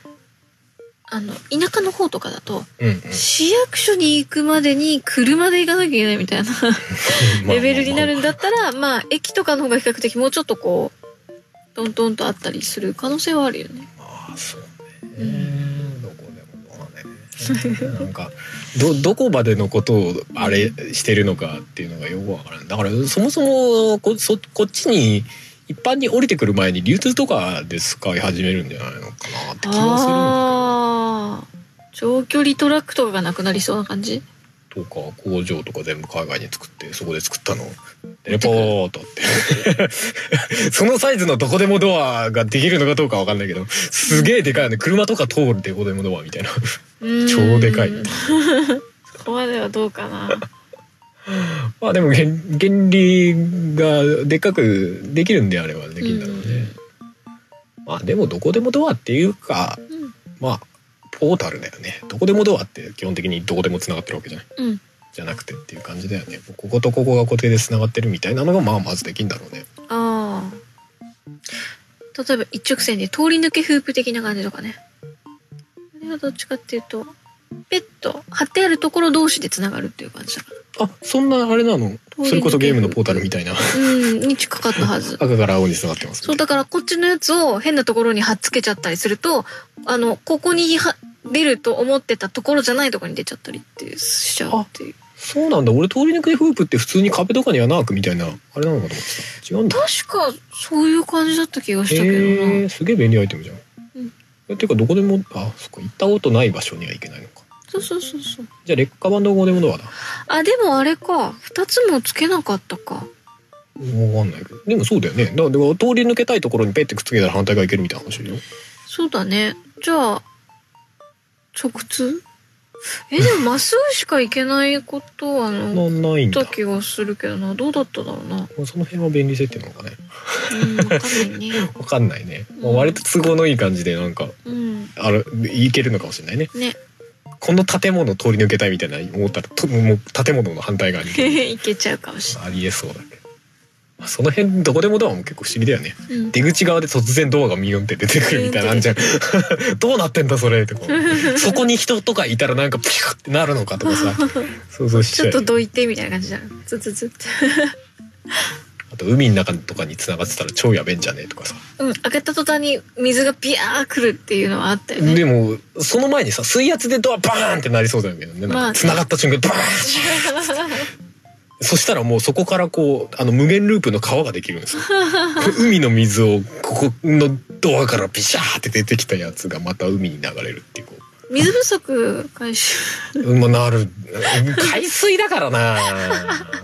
あの田舎の方とかだと、
うん
市役所に行くまでに車で行かなきゃいけないみたいなレベルになるんだったらまあ駅とかの方が比較的もうちょっとこうトントンとあったりする可能性はあるよね
まあまあまあそうねどこでもまあねなんかどどこまでのことをあれしてるのかっていうのがよくわからないだからそもそもこそこっちに一般に降りてくる前に流通とかで使い始めるんじゃないのかなって気がするんだけど
ああ長距離トラックとかがなくなりそうな感じ
とか工場とか全部海外に作ってそこで作ったのをテレポートってそのサイズのどこでもドアができるのかどうかわかんないけどすげえでかいよね車とか通るどこでもドアみたいな
うん
超でかい
そこまではどうか な
まあでも原原理がでっかくできるんであればできるんだろうね、まあでもどこでもドアっていうか
うん
まあポータルだよねどこでもドアって基本的にどこでもつながってるわけじゃない
うん
じゃなくてっていう感じだよねこことここが固定でつながってるみたいなのがまあまずできんだろうね
ああ例えば一直線で通り抜けフープ的な感じとかねあれはどっちかっていうとペット貼ってあるところ同士でつながるっていう感じだか
あそんなあれなの
通り抜け
それこそゲームのポータルみたい な
らうんに近かったはず
赤から青に繋がってます
そうだからこっちのやつを変なところに貼っつけちゃったりするとあのここには出ると思ってたところじゃないところに出ちゃったりってしちゃうっていう
そうなんだ俺通り抜けフープって普通に壁とかに穴開くみたいなあれなのかと思ってた違うんだ
確かそういう感じだった気がしたけどな、
えー、すげえ便利アイテムじゃん、
うん
えていうかどこでもあそっか行ったことない場所には行けないのか
そうそうそうそう
じゃあ劣化版どこでもドアだ
あでもあれか2つもつけなかったか
わかんないけどでもそうだよねだからだから通り抜けたいところにペッてくっつけたら反対側行けるみたいな話でしょ
そうだね。じゃあ、直通え、でも まっすぐしか行けないことは
そ
乗っ
んなないんだ
た気がするけどな。どうだっただろうな。
その辺は便利設定なのかね
うん、わかんないね。
わかんないね、
うん
まあ割と都合のいい感じでなんか
うん。
あれいけるのかもしれないね
ね。
この建物通り抜けたいみたいな思ったらともう建物の反対側に
行けちゃうかもし
ありえそうだけどまあその辺どこでもドアも結構不思議だよね
れない。うん
出口側で突然ドアがミュンって出てくるみたいなのあんじゃん どうなってんだそれとかそこに人とかいたらなんかピュッってなるのかとかさ想像し
ち
ちゃ
ょ
う
っ
よ
と
ね
どいてみたいな感じだ。ずずずって。
あと海の中とかに繋がってたら超やべえんじゃねえとかさ
うん、開けた途端に水がビャー来るっていうのはあったよね。
でもその前にさ水圧でドアバーンってなりそうだよねなん
ま
か
あ
繋がった瞬間バーンシャーそしたらもうそこからこうあの無限ループの川ができるん ですよ海の水をここのドアからビシャーって出てきたやつがまた海に流れるっていうこ
水不足回収。
う、まあ、なる海水だからな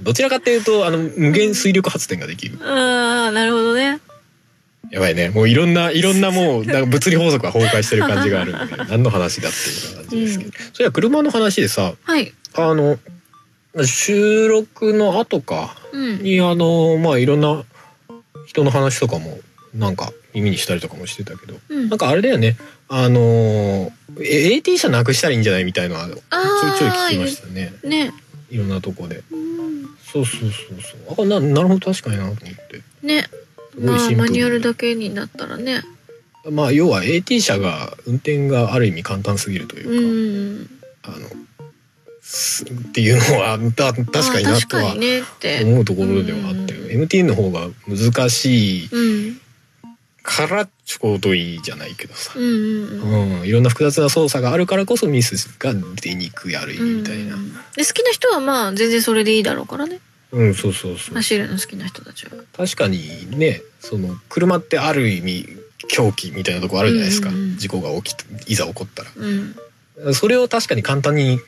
どちらかっていうとあの無限水力発電ができる
ああ、なるほどね。
やばいねもういろんないろんなもうなんか物理法則が崩壊してる感じがあるんで何の話だっていうような感じですけど、それは車の話でさ
はい。
あの収録の後か
うん。
にあのまあいろんな人の話とかもなんか耳にしたりとかもしてたけど
うん
なん。かあれだよねあのえ AT 車なくしたらいいんじゃないみたいのはちょいちょい聞きましたね
た。ね。
いろんなとこで
うん
そうそうそうそうあこれななるほど確かになと思って
ね。
すごい
ま
シン
あ、
プル
マニュアルだけになったらね。
まあ要は AT 車が運転がある意味簡単すぎるという
う
か、
ん。
あのすっていうのはだ確かに
あ
な
ー確
と
か
は
にねって。
思うところではあって
う
MTN の方が難しい
うん。
からちょうどいいじゃないけどさ
う、んうんうん。
うん、いろんな複雑な操作があるからこそミスが出にくいある意味みたいな、
うんで好きな人はまあ全然それでいいだろうからね
うんそうそうそう
走るの好きな人たちは
確かにねその車ってある意味狂気みたいなとこあるじゃないですか、
うんうんうん
事故が起きていざ起こった
うん
らそれを確かに簡単に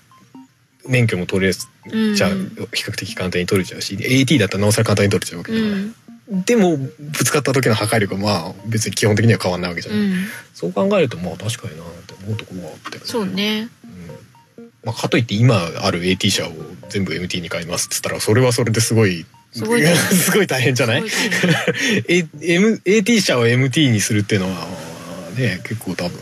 免許も取れち
うん
ゃう、比較的簡単に取れちゃうし AT だったらなおさら簡単に取れちゃうわけ
う
だから、
ん
でもぶつかった時の破壊力はまあ別に基本的には変わんないわけじゃ
う
ない、
ん
そう考えるとまあ確かになって思うところがあって
そうね
うんまあ、かといって今ある AT 車を全部 MT に変えますっつったらそれはそれですごい
すごいね
すごい大変じゃない
すごい大変
A M ?AT 車を MT にするっていうのはね結構多分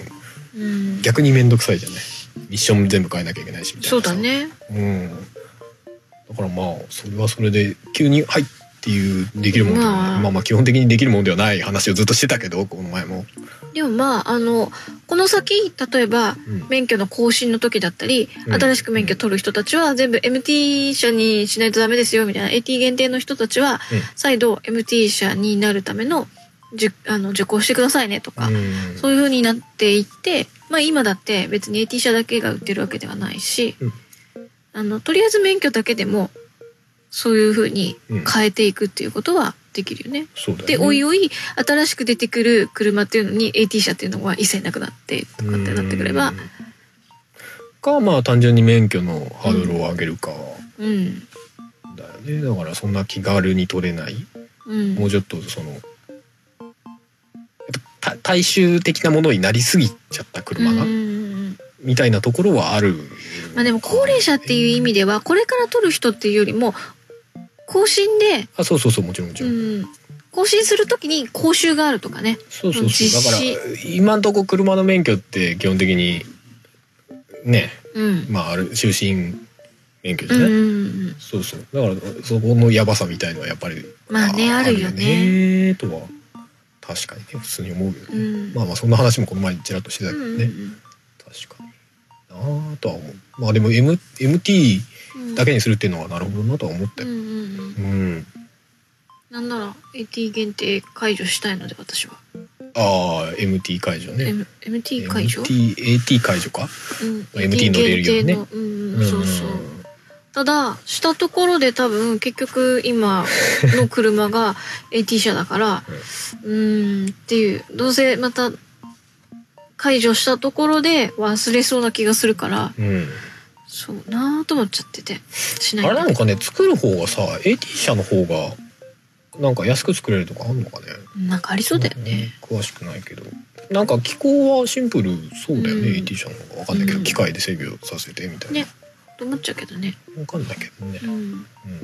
うん
逆に面倒くさいじゃないミッション全部変えなきゃいけないしみたいなさ
そうだ、ね
うん、だからまあそれはそれで急に「はい」っていうできるものではない、
まあ
まあまあ基本的にできるものではない話をずっとしてたけどこの前も。
でもまああのこの先例えば
うん
免許の更新の時だったり、
うん
新しく免許取る人たちは全部 MT 社にしないとダメですよみたいな AT 限定の人たちは
うん
再度 MT 社になるための受あの受講してくださいねとか、
うん
そういう風になっていって、まあ今だって別に AT 社だけが売ってるわけではないし、
うん
あの、とりあえず免許だけでも、そういう風に変えていくっていうことはできるよね。
そうだよね
で、おいおい、新しく出てくる車っていうのに AT 車っていうのは一切なくなって、とかってなってくれば
うん、かまあ単純に免許のハードルを上げるか
うん、
だよね、だからそんな気軽に取れない
うん、
もうちょっとそのやっぱた大衆的なものになりすぎちゃった車が、
うんうんうん
みたいなところはある、
まあでも高齢者っていう意味では、これから取る人っていうよりも、更新で、
あそうそうそうもちろんもち
う
ろん、
ん、更新するときに講習があるとかね。
そうそうそうだ
実
から
施
今んとこ車の免許って基本的にね
うん。
まあある終身免許じ
う
ゃ
ん
な
う
い、
んうん。
そうそうだからそこのやばさみたいのはやっぱり
まあねあるよね。
あるよねとは確かにね普通に思うよね、
うん。
まあまあそんな話もこの前ちらっとしてた
う
けど
ん
ね、確かになあとは思うまあでも、M、MT
うん
だけにするっていうのはなるほどなとは思った
うん
よ、
うんうん
うん
なんなら AT 限定解除したいので私は。
ああ MT 解除ね
M MT 解除？
MTAT 解除か、
うん。
MT 乗れるよね
限定の。うんうん。そうそう。ただしたところで多分結局今の車が AT 車だから、うーんっていうどうせまた解除したところで忘れそうな気がするから、
うん
そうなーと思っちゃっててしない
あ
ん
れ
だ
な
け
の
ど
かね作る方がさ AT 社の方がなんか安く作れるとかあんのかね
なんかありそうだよね。
詳しくないけどなんか気候はシンプルそうだよね、
うん
AT 社の方がわかんないけど、
うん
機械で制御させてみたいな、
ねと思っちゃうけどね。
わかんないけどね
う、ん。
うん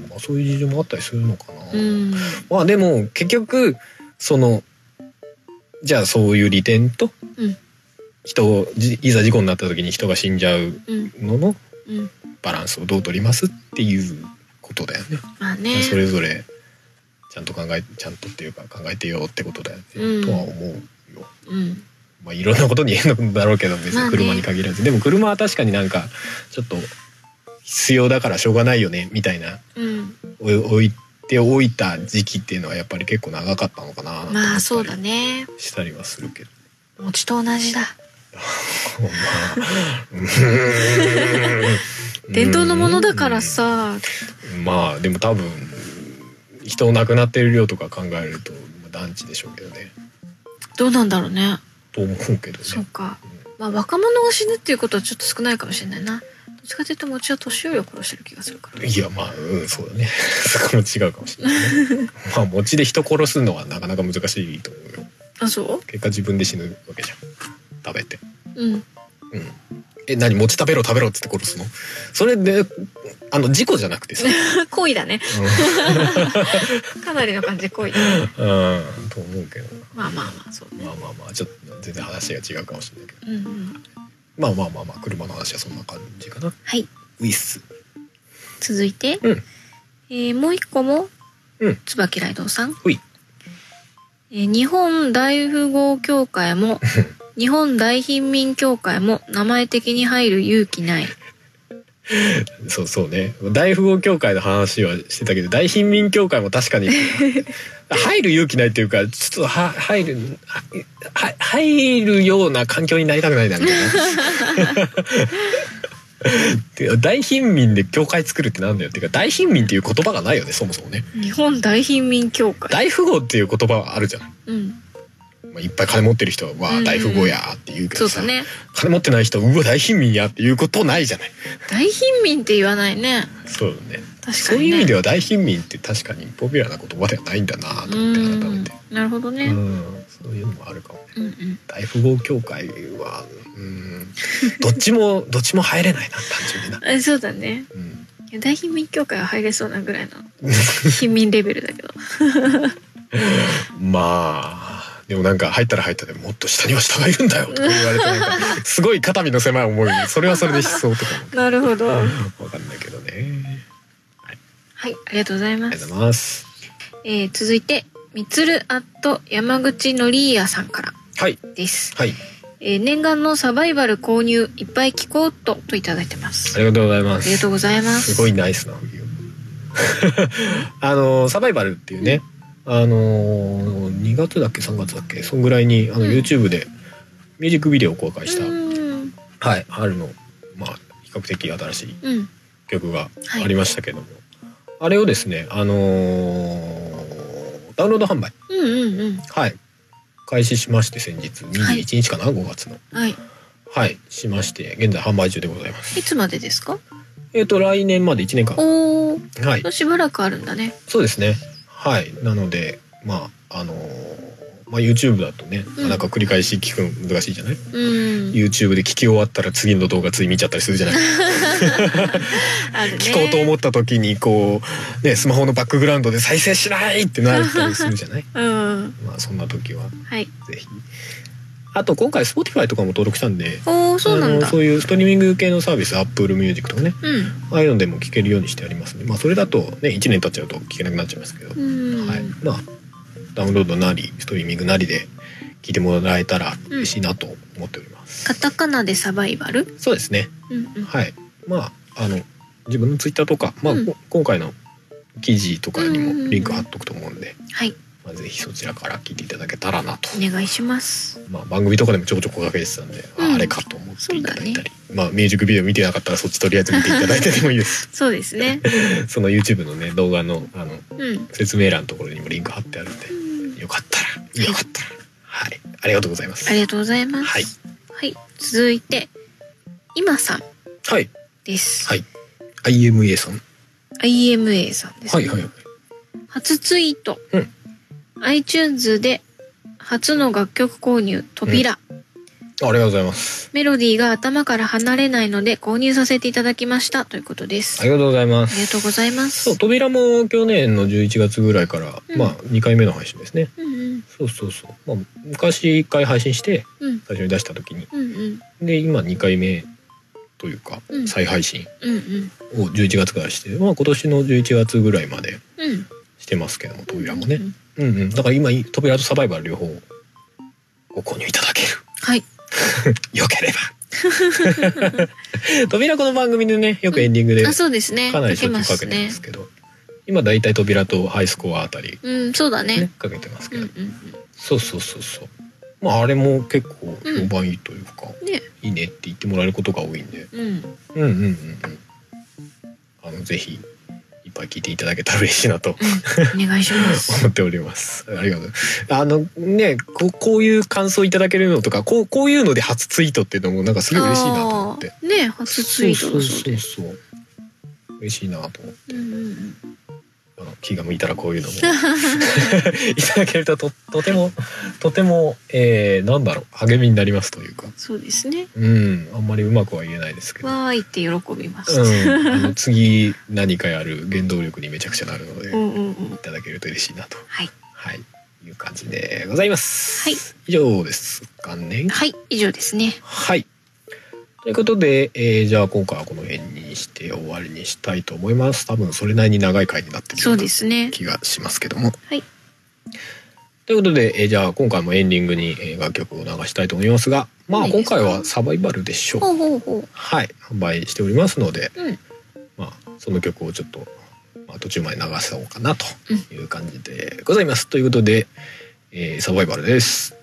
まあ、そういう事情もあったりするのかな、
うん。
まあでも結局そのじゃあそういう利点と、
うん
人をじいざ事故になった時に人が死んじゃう
うん。
のの
うん。
バランスをどう取りますっていうことだよね、
まあね。
それぞれちゃんと考えちゃんとっていうか考えてよってことだよね、
うん
とは思うよ。
うん。
まあ、いろんなことに言えるんだろうけど別
まあ
に
ね
車に限らず、でも車は確かになんかちょっと必要だからしょうがないよねみたいな
うん。
お置いておいた時期っていうのはやっぱり結構長かったのかな
まあそうだ
ね
ね。
したりはするけど
餅と同じだ。
まあうーん
伝統のものだからさ。
うんまあでも多分人亡くなってる量とか考えるとまあ団地でしょうけどね
どうなんだろうね。
と思うけどね
そうか。まあ若者が死ぬっていうことはちょっと少ないかもしれないな。どっちかというと餅は年寄りを殺してる気がするから。
いやまあうんそうだね そこも違うかもしれない、ね、まあ餅で人殺すのはなかなか難しいと思うよ
あそ
結果自分で死ぬわけじゃん食べて
う？うん。
うんえ何餅食べろ食べろっつって殺すのそれであの事故じゃなくてさ、
恋だね。かなりの感じで恋だね。
うん、うんと思うけど
まあまあまあそうね。
まあまあまあちょっと全然話が違うかもしれないけど
うんうん。
まあまあまあまあ車の話はそんな感じかな
はい。
ウィス
続いて、
うん
えーもう一個も、
うん
椿雷道さん、
ほい
えー日本大富豪協 会も日本大貧民協会も名前的に入る勇気ない
そうそうね大富豪協会の話はしてたけど大貧民協会も確 かに入る勇気ないっていうかちょっとは入るはは入るような環境になりたくないなみたいな て。大貧民で協会作るってなんだよっていうか大貧民っていう言葉がないよねそもそもね
日本大貧民協会
大富豪っていう言葉はあるじゃん、
うん
まあ、いっぱい金持ってる人はわあ大富豪やーって言うけど
そう
さ、
だね
金持ってない人はうわ大貧民やっていうことないじゃない
大貧民って言わないね
そうだね
確
そ
か
ういう
に
意
ね
味では大貧民って確かにポピュラーな言葉ではないんだなと思って改めて
うんなるほどね、
うんそういうのもあるかもね
うんうん
大富豪協会はうんどっちも どっちも入れないな単純にな、
えそうだね
うん、
いや大貧民協会は入れそうなぐらいの 貧民レベルだけど
まあでもなんか入ったら入ったでもっと下には下がいるんだよとか言われてなんか すごい肩身の狭い思いにそれはそれで必要とか
なるほど
も
は
わかんないけどね
いありがとうござい
あ
ま
りが
す
とうございます
えー続いて、みつるアット山口のりーやさんから
はい
です。
はい
えー念願のサバイバル購入いっぱい聞こうっとといただいてます。
ありがとうございま
ありがとうございます。
すごいナイ スなフィギュアあのサバイバルっていうねあの2月だっけ3月だっけそんぐらいにあの
うん
YouTube でミュージックビデオを公開した、
うん。
はい春のまあ比較的新しい
うん。
曲が
はい
ありましたけども、あれをですねあのーダウンロード販売
うんうんう
はい開始しまして先日21日かな、5月の
ん。はい。
はいしまして現在販売中でございます
いつまでですか
えっ、と来年まで1年間
おー、
はい
しばらくあるんだね。
そうですね。はい。なので、まあ、あのーまあ、YouTube だとね、
うん
なんか繰り返し聞くの難しいじゃない、
うん。
?YouTube で聞き終わったら次の動画つい見ちゃったりするじゃない、
あるね。
聞こうと思った時にこう、ね、スマホのバックグラウンドで再生しないってなったりするじゃない
うん。
まあそんな時は
はい。
ぜひ。あと今回 Spotify とかも登録したんで、
おー、そうなん
あ
だ
の。そういうストリーミング系のサービス Apple Music とかね
うん。
ああいうのでも聞けるようにしてありますねまあそれだとね1年経っちゃうと聞けなくなっちゃいますけど、
うん。
はい、まあダウンロードなりストリーミングなりで聞いてもらえたら嬉しいなと思っております、
カタカナでサバイバル
そうですね
うんうん。
はいまああの自分のツイッターとか、まあ
うん
こ今回の記事とかに
うんうんう
も
ん
リンク貼っとくと思うんで、
はい。
まあ、ぜひそちらから聞いていただけたらなと、
お願いします。
まあ、番組とかでもちょこちょこかけてたんで、あ
うん
あれかと思っていただいたり、まあミュージックビデオ見てなかったらそっちとりあえず見ていただいてでもいいです
そうですね。
その YouTube のね動画のあの
うん。
説明欄のところにもリンク貼ってあるんで
うん
よかったらよかったらはいありがとうございます
ありがとうございます。
はい。
はい。続いて、今さん
はい
です。
はい IMA さん
IMA さんです、
はいはいはい。
は
初ツイート、
うん
iTunes で初の楽曲購入扉、
ありがとうございます。
メロディーが頭から離れないので購入させていただきましたということです、
ありがとうございま
あ
す。
りがとうございます
そう、扉も去年の11月ぐらいから、
うん
まあ、2回目の配信ですね。
うんうん
そうそうそう。まあ、昔1回配信して、
うん
最初に出した時に。
うんうん
で、今2回目というか、
うん
再配信
うんうん
を11月からして、まあ、今年の11月ぐらいまで
うん
してますけども、扉も
う
ね
んう。ん
うんうん。だから今、扉とサバイバル両方ご購入いただける。
はい
よければ。 扉この番組でね、よくエンディングで
あそうですね
かなり
か
し
け
ょっちゅ
ま
うかけ
す
て
ね
ますけど、今だいたい扉とハイスコアあたり、
うんそうだね
ね、かけてますけ
うん
ど、
うん
そうそうそうそうまああれも結構評判いいというか、
うんね
いいねって言ってもらえることが多いんで
うん
うんうんうんうんあのぜひいっぱい聞いていただけたら嬉しいなと
お願いします
思っておりますありがとうあのねこうこういう感想いただけるのとかこうこういうので初ツイートっていうのもなんかすごい 嬉しいなと思って
あーね初ツイートだそう
そう
で
そうそう嬉しいなと思って
うんうんうん
あの気が向いたらこういうのも いただけるとととてもとても、えー、なんだろう励みになりますというか
そうですね
うんあんまりうまくは言えないですけど、うん、
わーいって喜びます、
あの次何かやる原動力にめちゃくちゃなるので、
うん
い
うんうん
ただけると嬉しいなと
はい、
はい、いう感じでございます。
はい、
以上ですかね。
はい、以上ですね。
はい。ということで、えーじゃあ今回はこの辺にして終わりにしたいと思います。多分それなりに長い回になってるよ
そうう
な
ですね。
気がしますけども。
はい。
ということで、えーじゃあ今回もエンディングに、えー楽曲を流したいと思いますが、まあ
いいで
今
すか
回はサバイバルでしょう。
ほうほうほ
はい、販売しておりますので、
うん
まあその曲をちょっと、まあ、途中まで流そうかなという感じでございます。ということで、えーサバイバルです。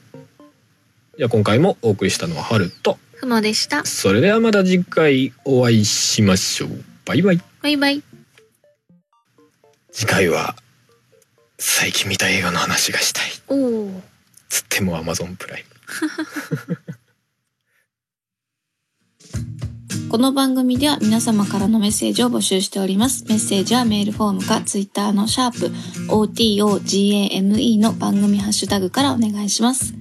じゃあ今回もお送りしたのはハルと、
う。ふもでした。
それではまた次回お会いしましょう。バイバイ。
バイバイ。
次回は最近見た映画の話がしたい
おお。
つっても Amazon プライム
この番組では皆様からのメッセージを募集しております。メッセージはメールフォームか Twitter のシャープ o t o g a m e の番組ハッシュタグからお願いします。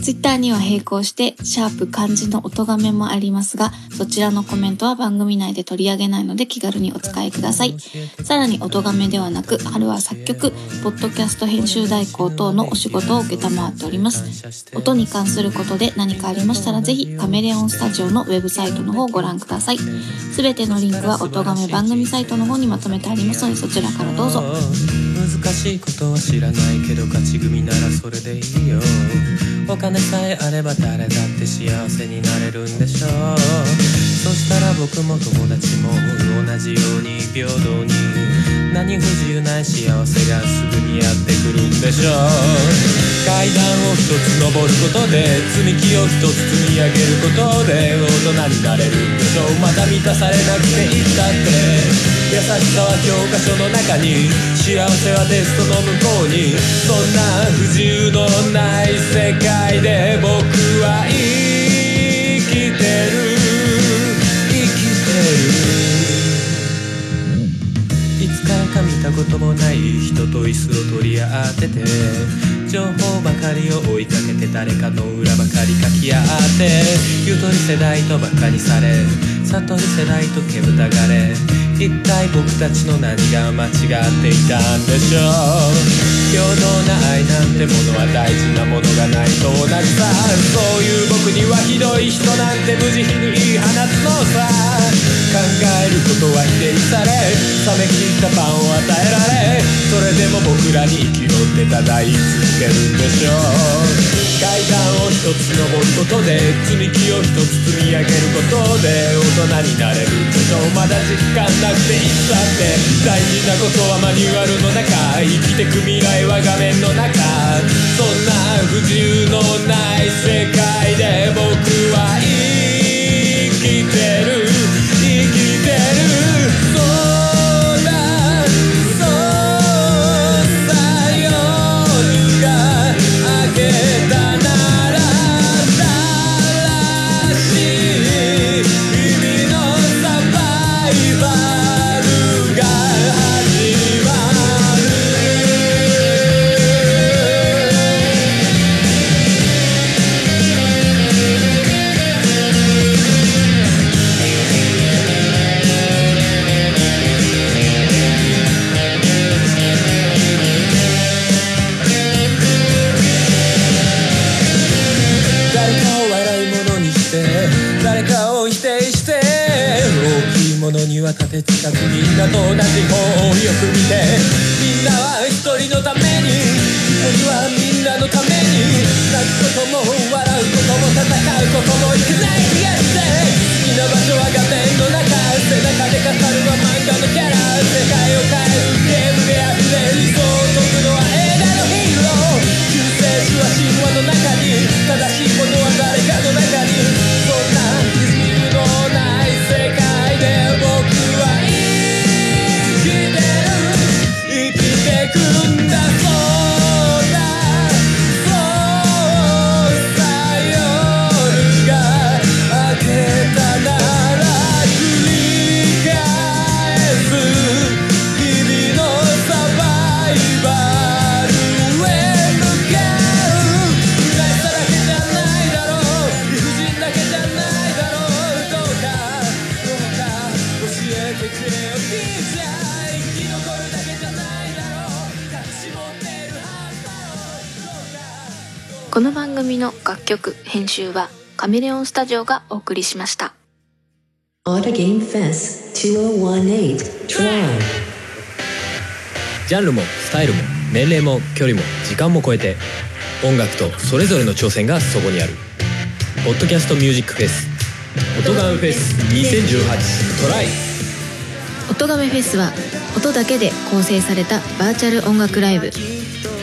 Twitter には並行して、シャープ漢字の音がめもありますが、そちらのコメントは番組内で取り上げないので気軽にお使いください。さらに音がめではなく、春は作曲、ポッドキャスト編集代行等のお仕事を受けたまわっております。音に関することで何かありましたらぜひカメレオンスタジオのウェブサイトの方をご覧くださいすべてのリンクは音がめ番組サイトの方にまとめてありますのでそちらからどうぞ
難しいことは知らないけど勝ち組ならそれでいいよお金さえあれば誰だって幸せになれるんでしょうそしたら僕も友達も同じように平等に何不自由ない幸せがすぐにやってくるんでしょう階段を一つ登ることで積み木を一つ積み上げることで大人になれるんでしょうまた満たされなくていいんだって優しさは教科書の中に幸せはテストの向こうにそんな不自由のない世界で僕は生きてる生きてるいつからか見たこともない人と椅子を取り合ってて情報ばかりを追いかけて誰かの裏ばかり書き合ってゆとり世代とバカにされ悟り世代と煙たがれ一体僕たちの何が間違っていたんでしょう平等な愛なんてものは大事なものがないと同じさそういう僕にはひどい人なんて無慈悲に言い放つのさ考えることは否定され冷め切ったパンを与えられそれでも僕らに生きろってただ言い続けるんでしょう階段を一つ登ることで積み木を一つ積み上げることで大人になれるんでしょうまだ実感なくていつだって大事なことはマニュアルの中生きてく未来は画面の中そんな不自由のない世界で僕は生きてる生きてるそうだそうさ夜が明けたなら新しい意味のサバイバルが始まる中で近くみんなと同じ方をよく見てみんなは一人のために一人はみんなのために泣くことも笑うことも戦うこともいけない気がして好きな場所は画面の中背中で語るは漫画のキャラ世界を変えるゲームであふれ理想を解くのは映画のヒーロー救世主は神話の中に正しいことは誰かの中にそんな自由のない世界で僕は生きてる生きてくんだそうだそうさ夜が明けたなら繰り返す日々のサバイバルへ向かう大さだけじゃないだろう理不尽だけじゃないだろうどうかどうか教えてくれよ DJ 生き残るだけじゃないだろう隠し持っているはずだろうどうか
この番組の楽曲編集はカメレオンスタジオがお送りしました
Auto Game Fest 2018 Try.
ジャンルもスタイルも年齢も距離も時間も超えて音楽とそれぞれの挑戦がそこにある「ポッドキャストミュージックフェス」「音ガンフェス2018トライ」
音亀フェスは音だけで構成されたバーチャル音楽ライブ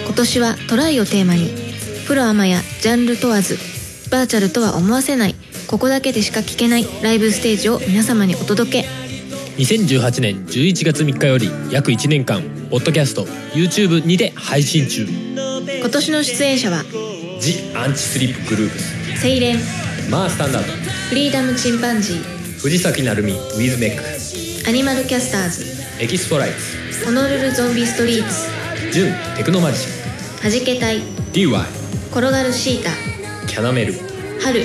今年はトライをテーマにプロアマやジャンル問わずバーチャルとは思わせないここだけでしか聴けないライブステージを皆様にお届け
2018年11月3日より約1年間ポッドキャスト YouTube にて配信中
今年の出演者は
「ジ・アンチスリップグループス
セイレン」
マースタンダード
フリーダムチンパンジー
藤崎鳴海ウィズメック
アニマルキャスターズ
エキスポライ
ホノルルゾンビストリーツ
ツジュンテクノマジシャ
はじけたい
ン DY
転がるシータ
キャナメル
春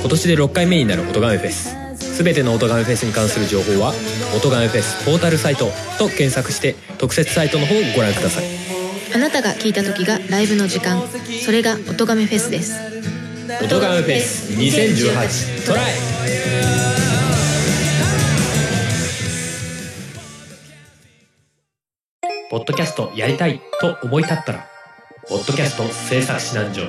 今年で6回目になる音ガメフェスすべての音ガメフェスに関する情報は「音ガメフェスポータルサイト」と検索して特設サイトの方をご覧ください
あなたが聞いた時がライブの時間それが音亀フェスです
音ガメフェス2018トライポッドキャストやりたいと思い立ったら「ポッドキャスト制作指南所」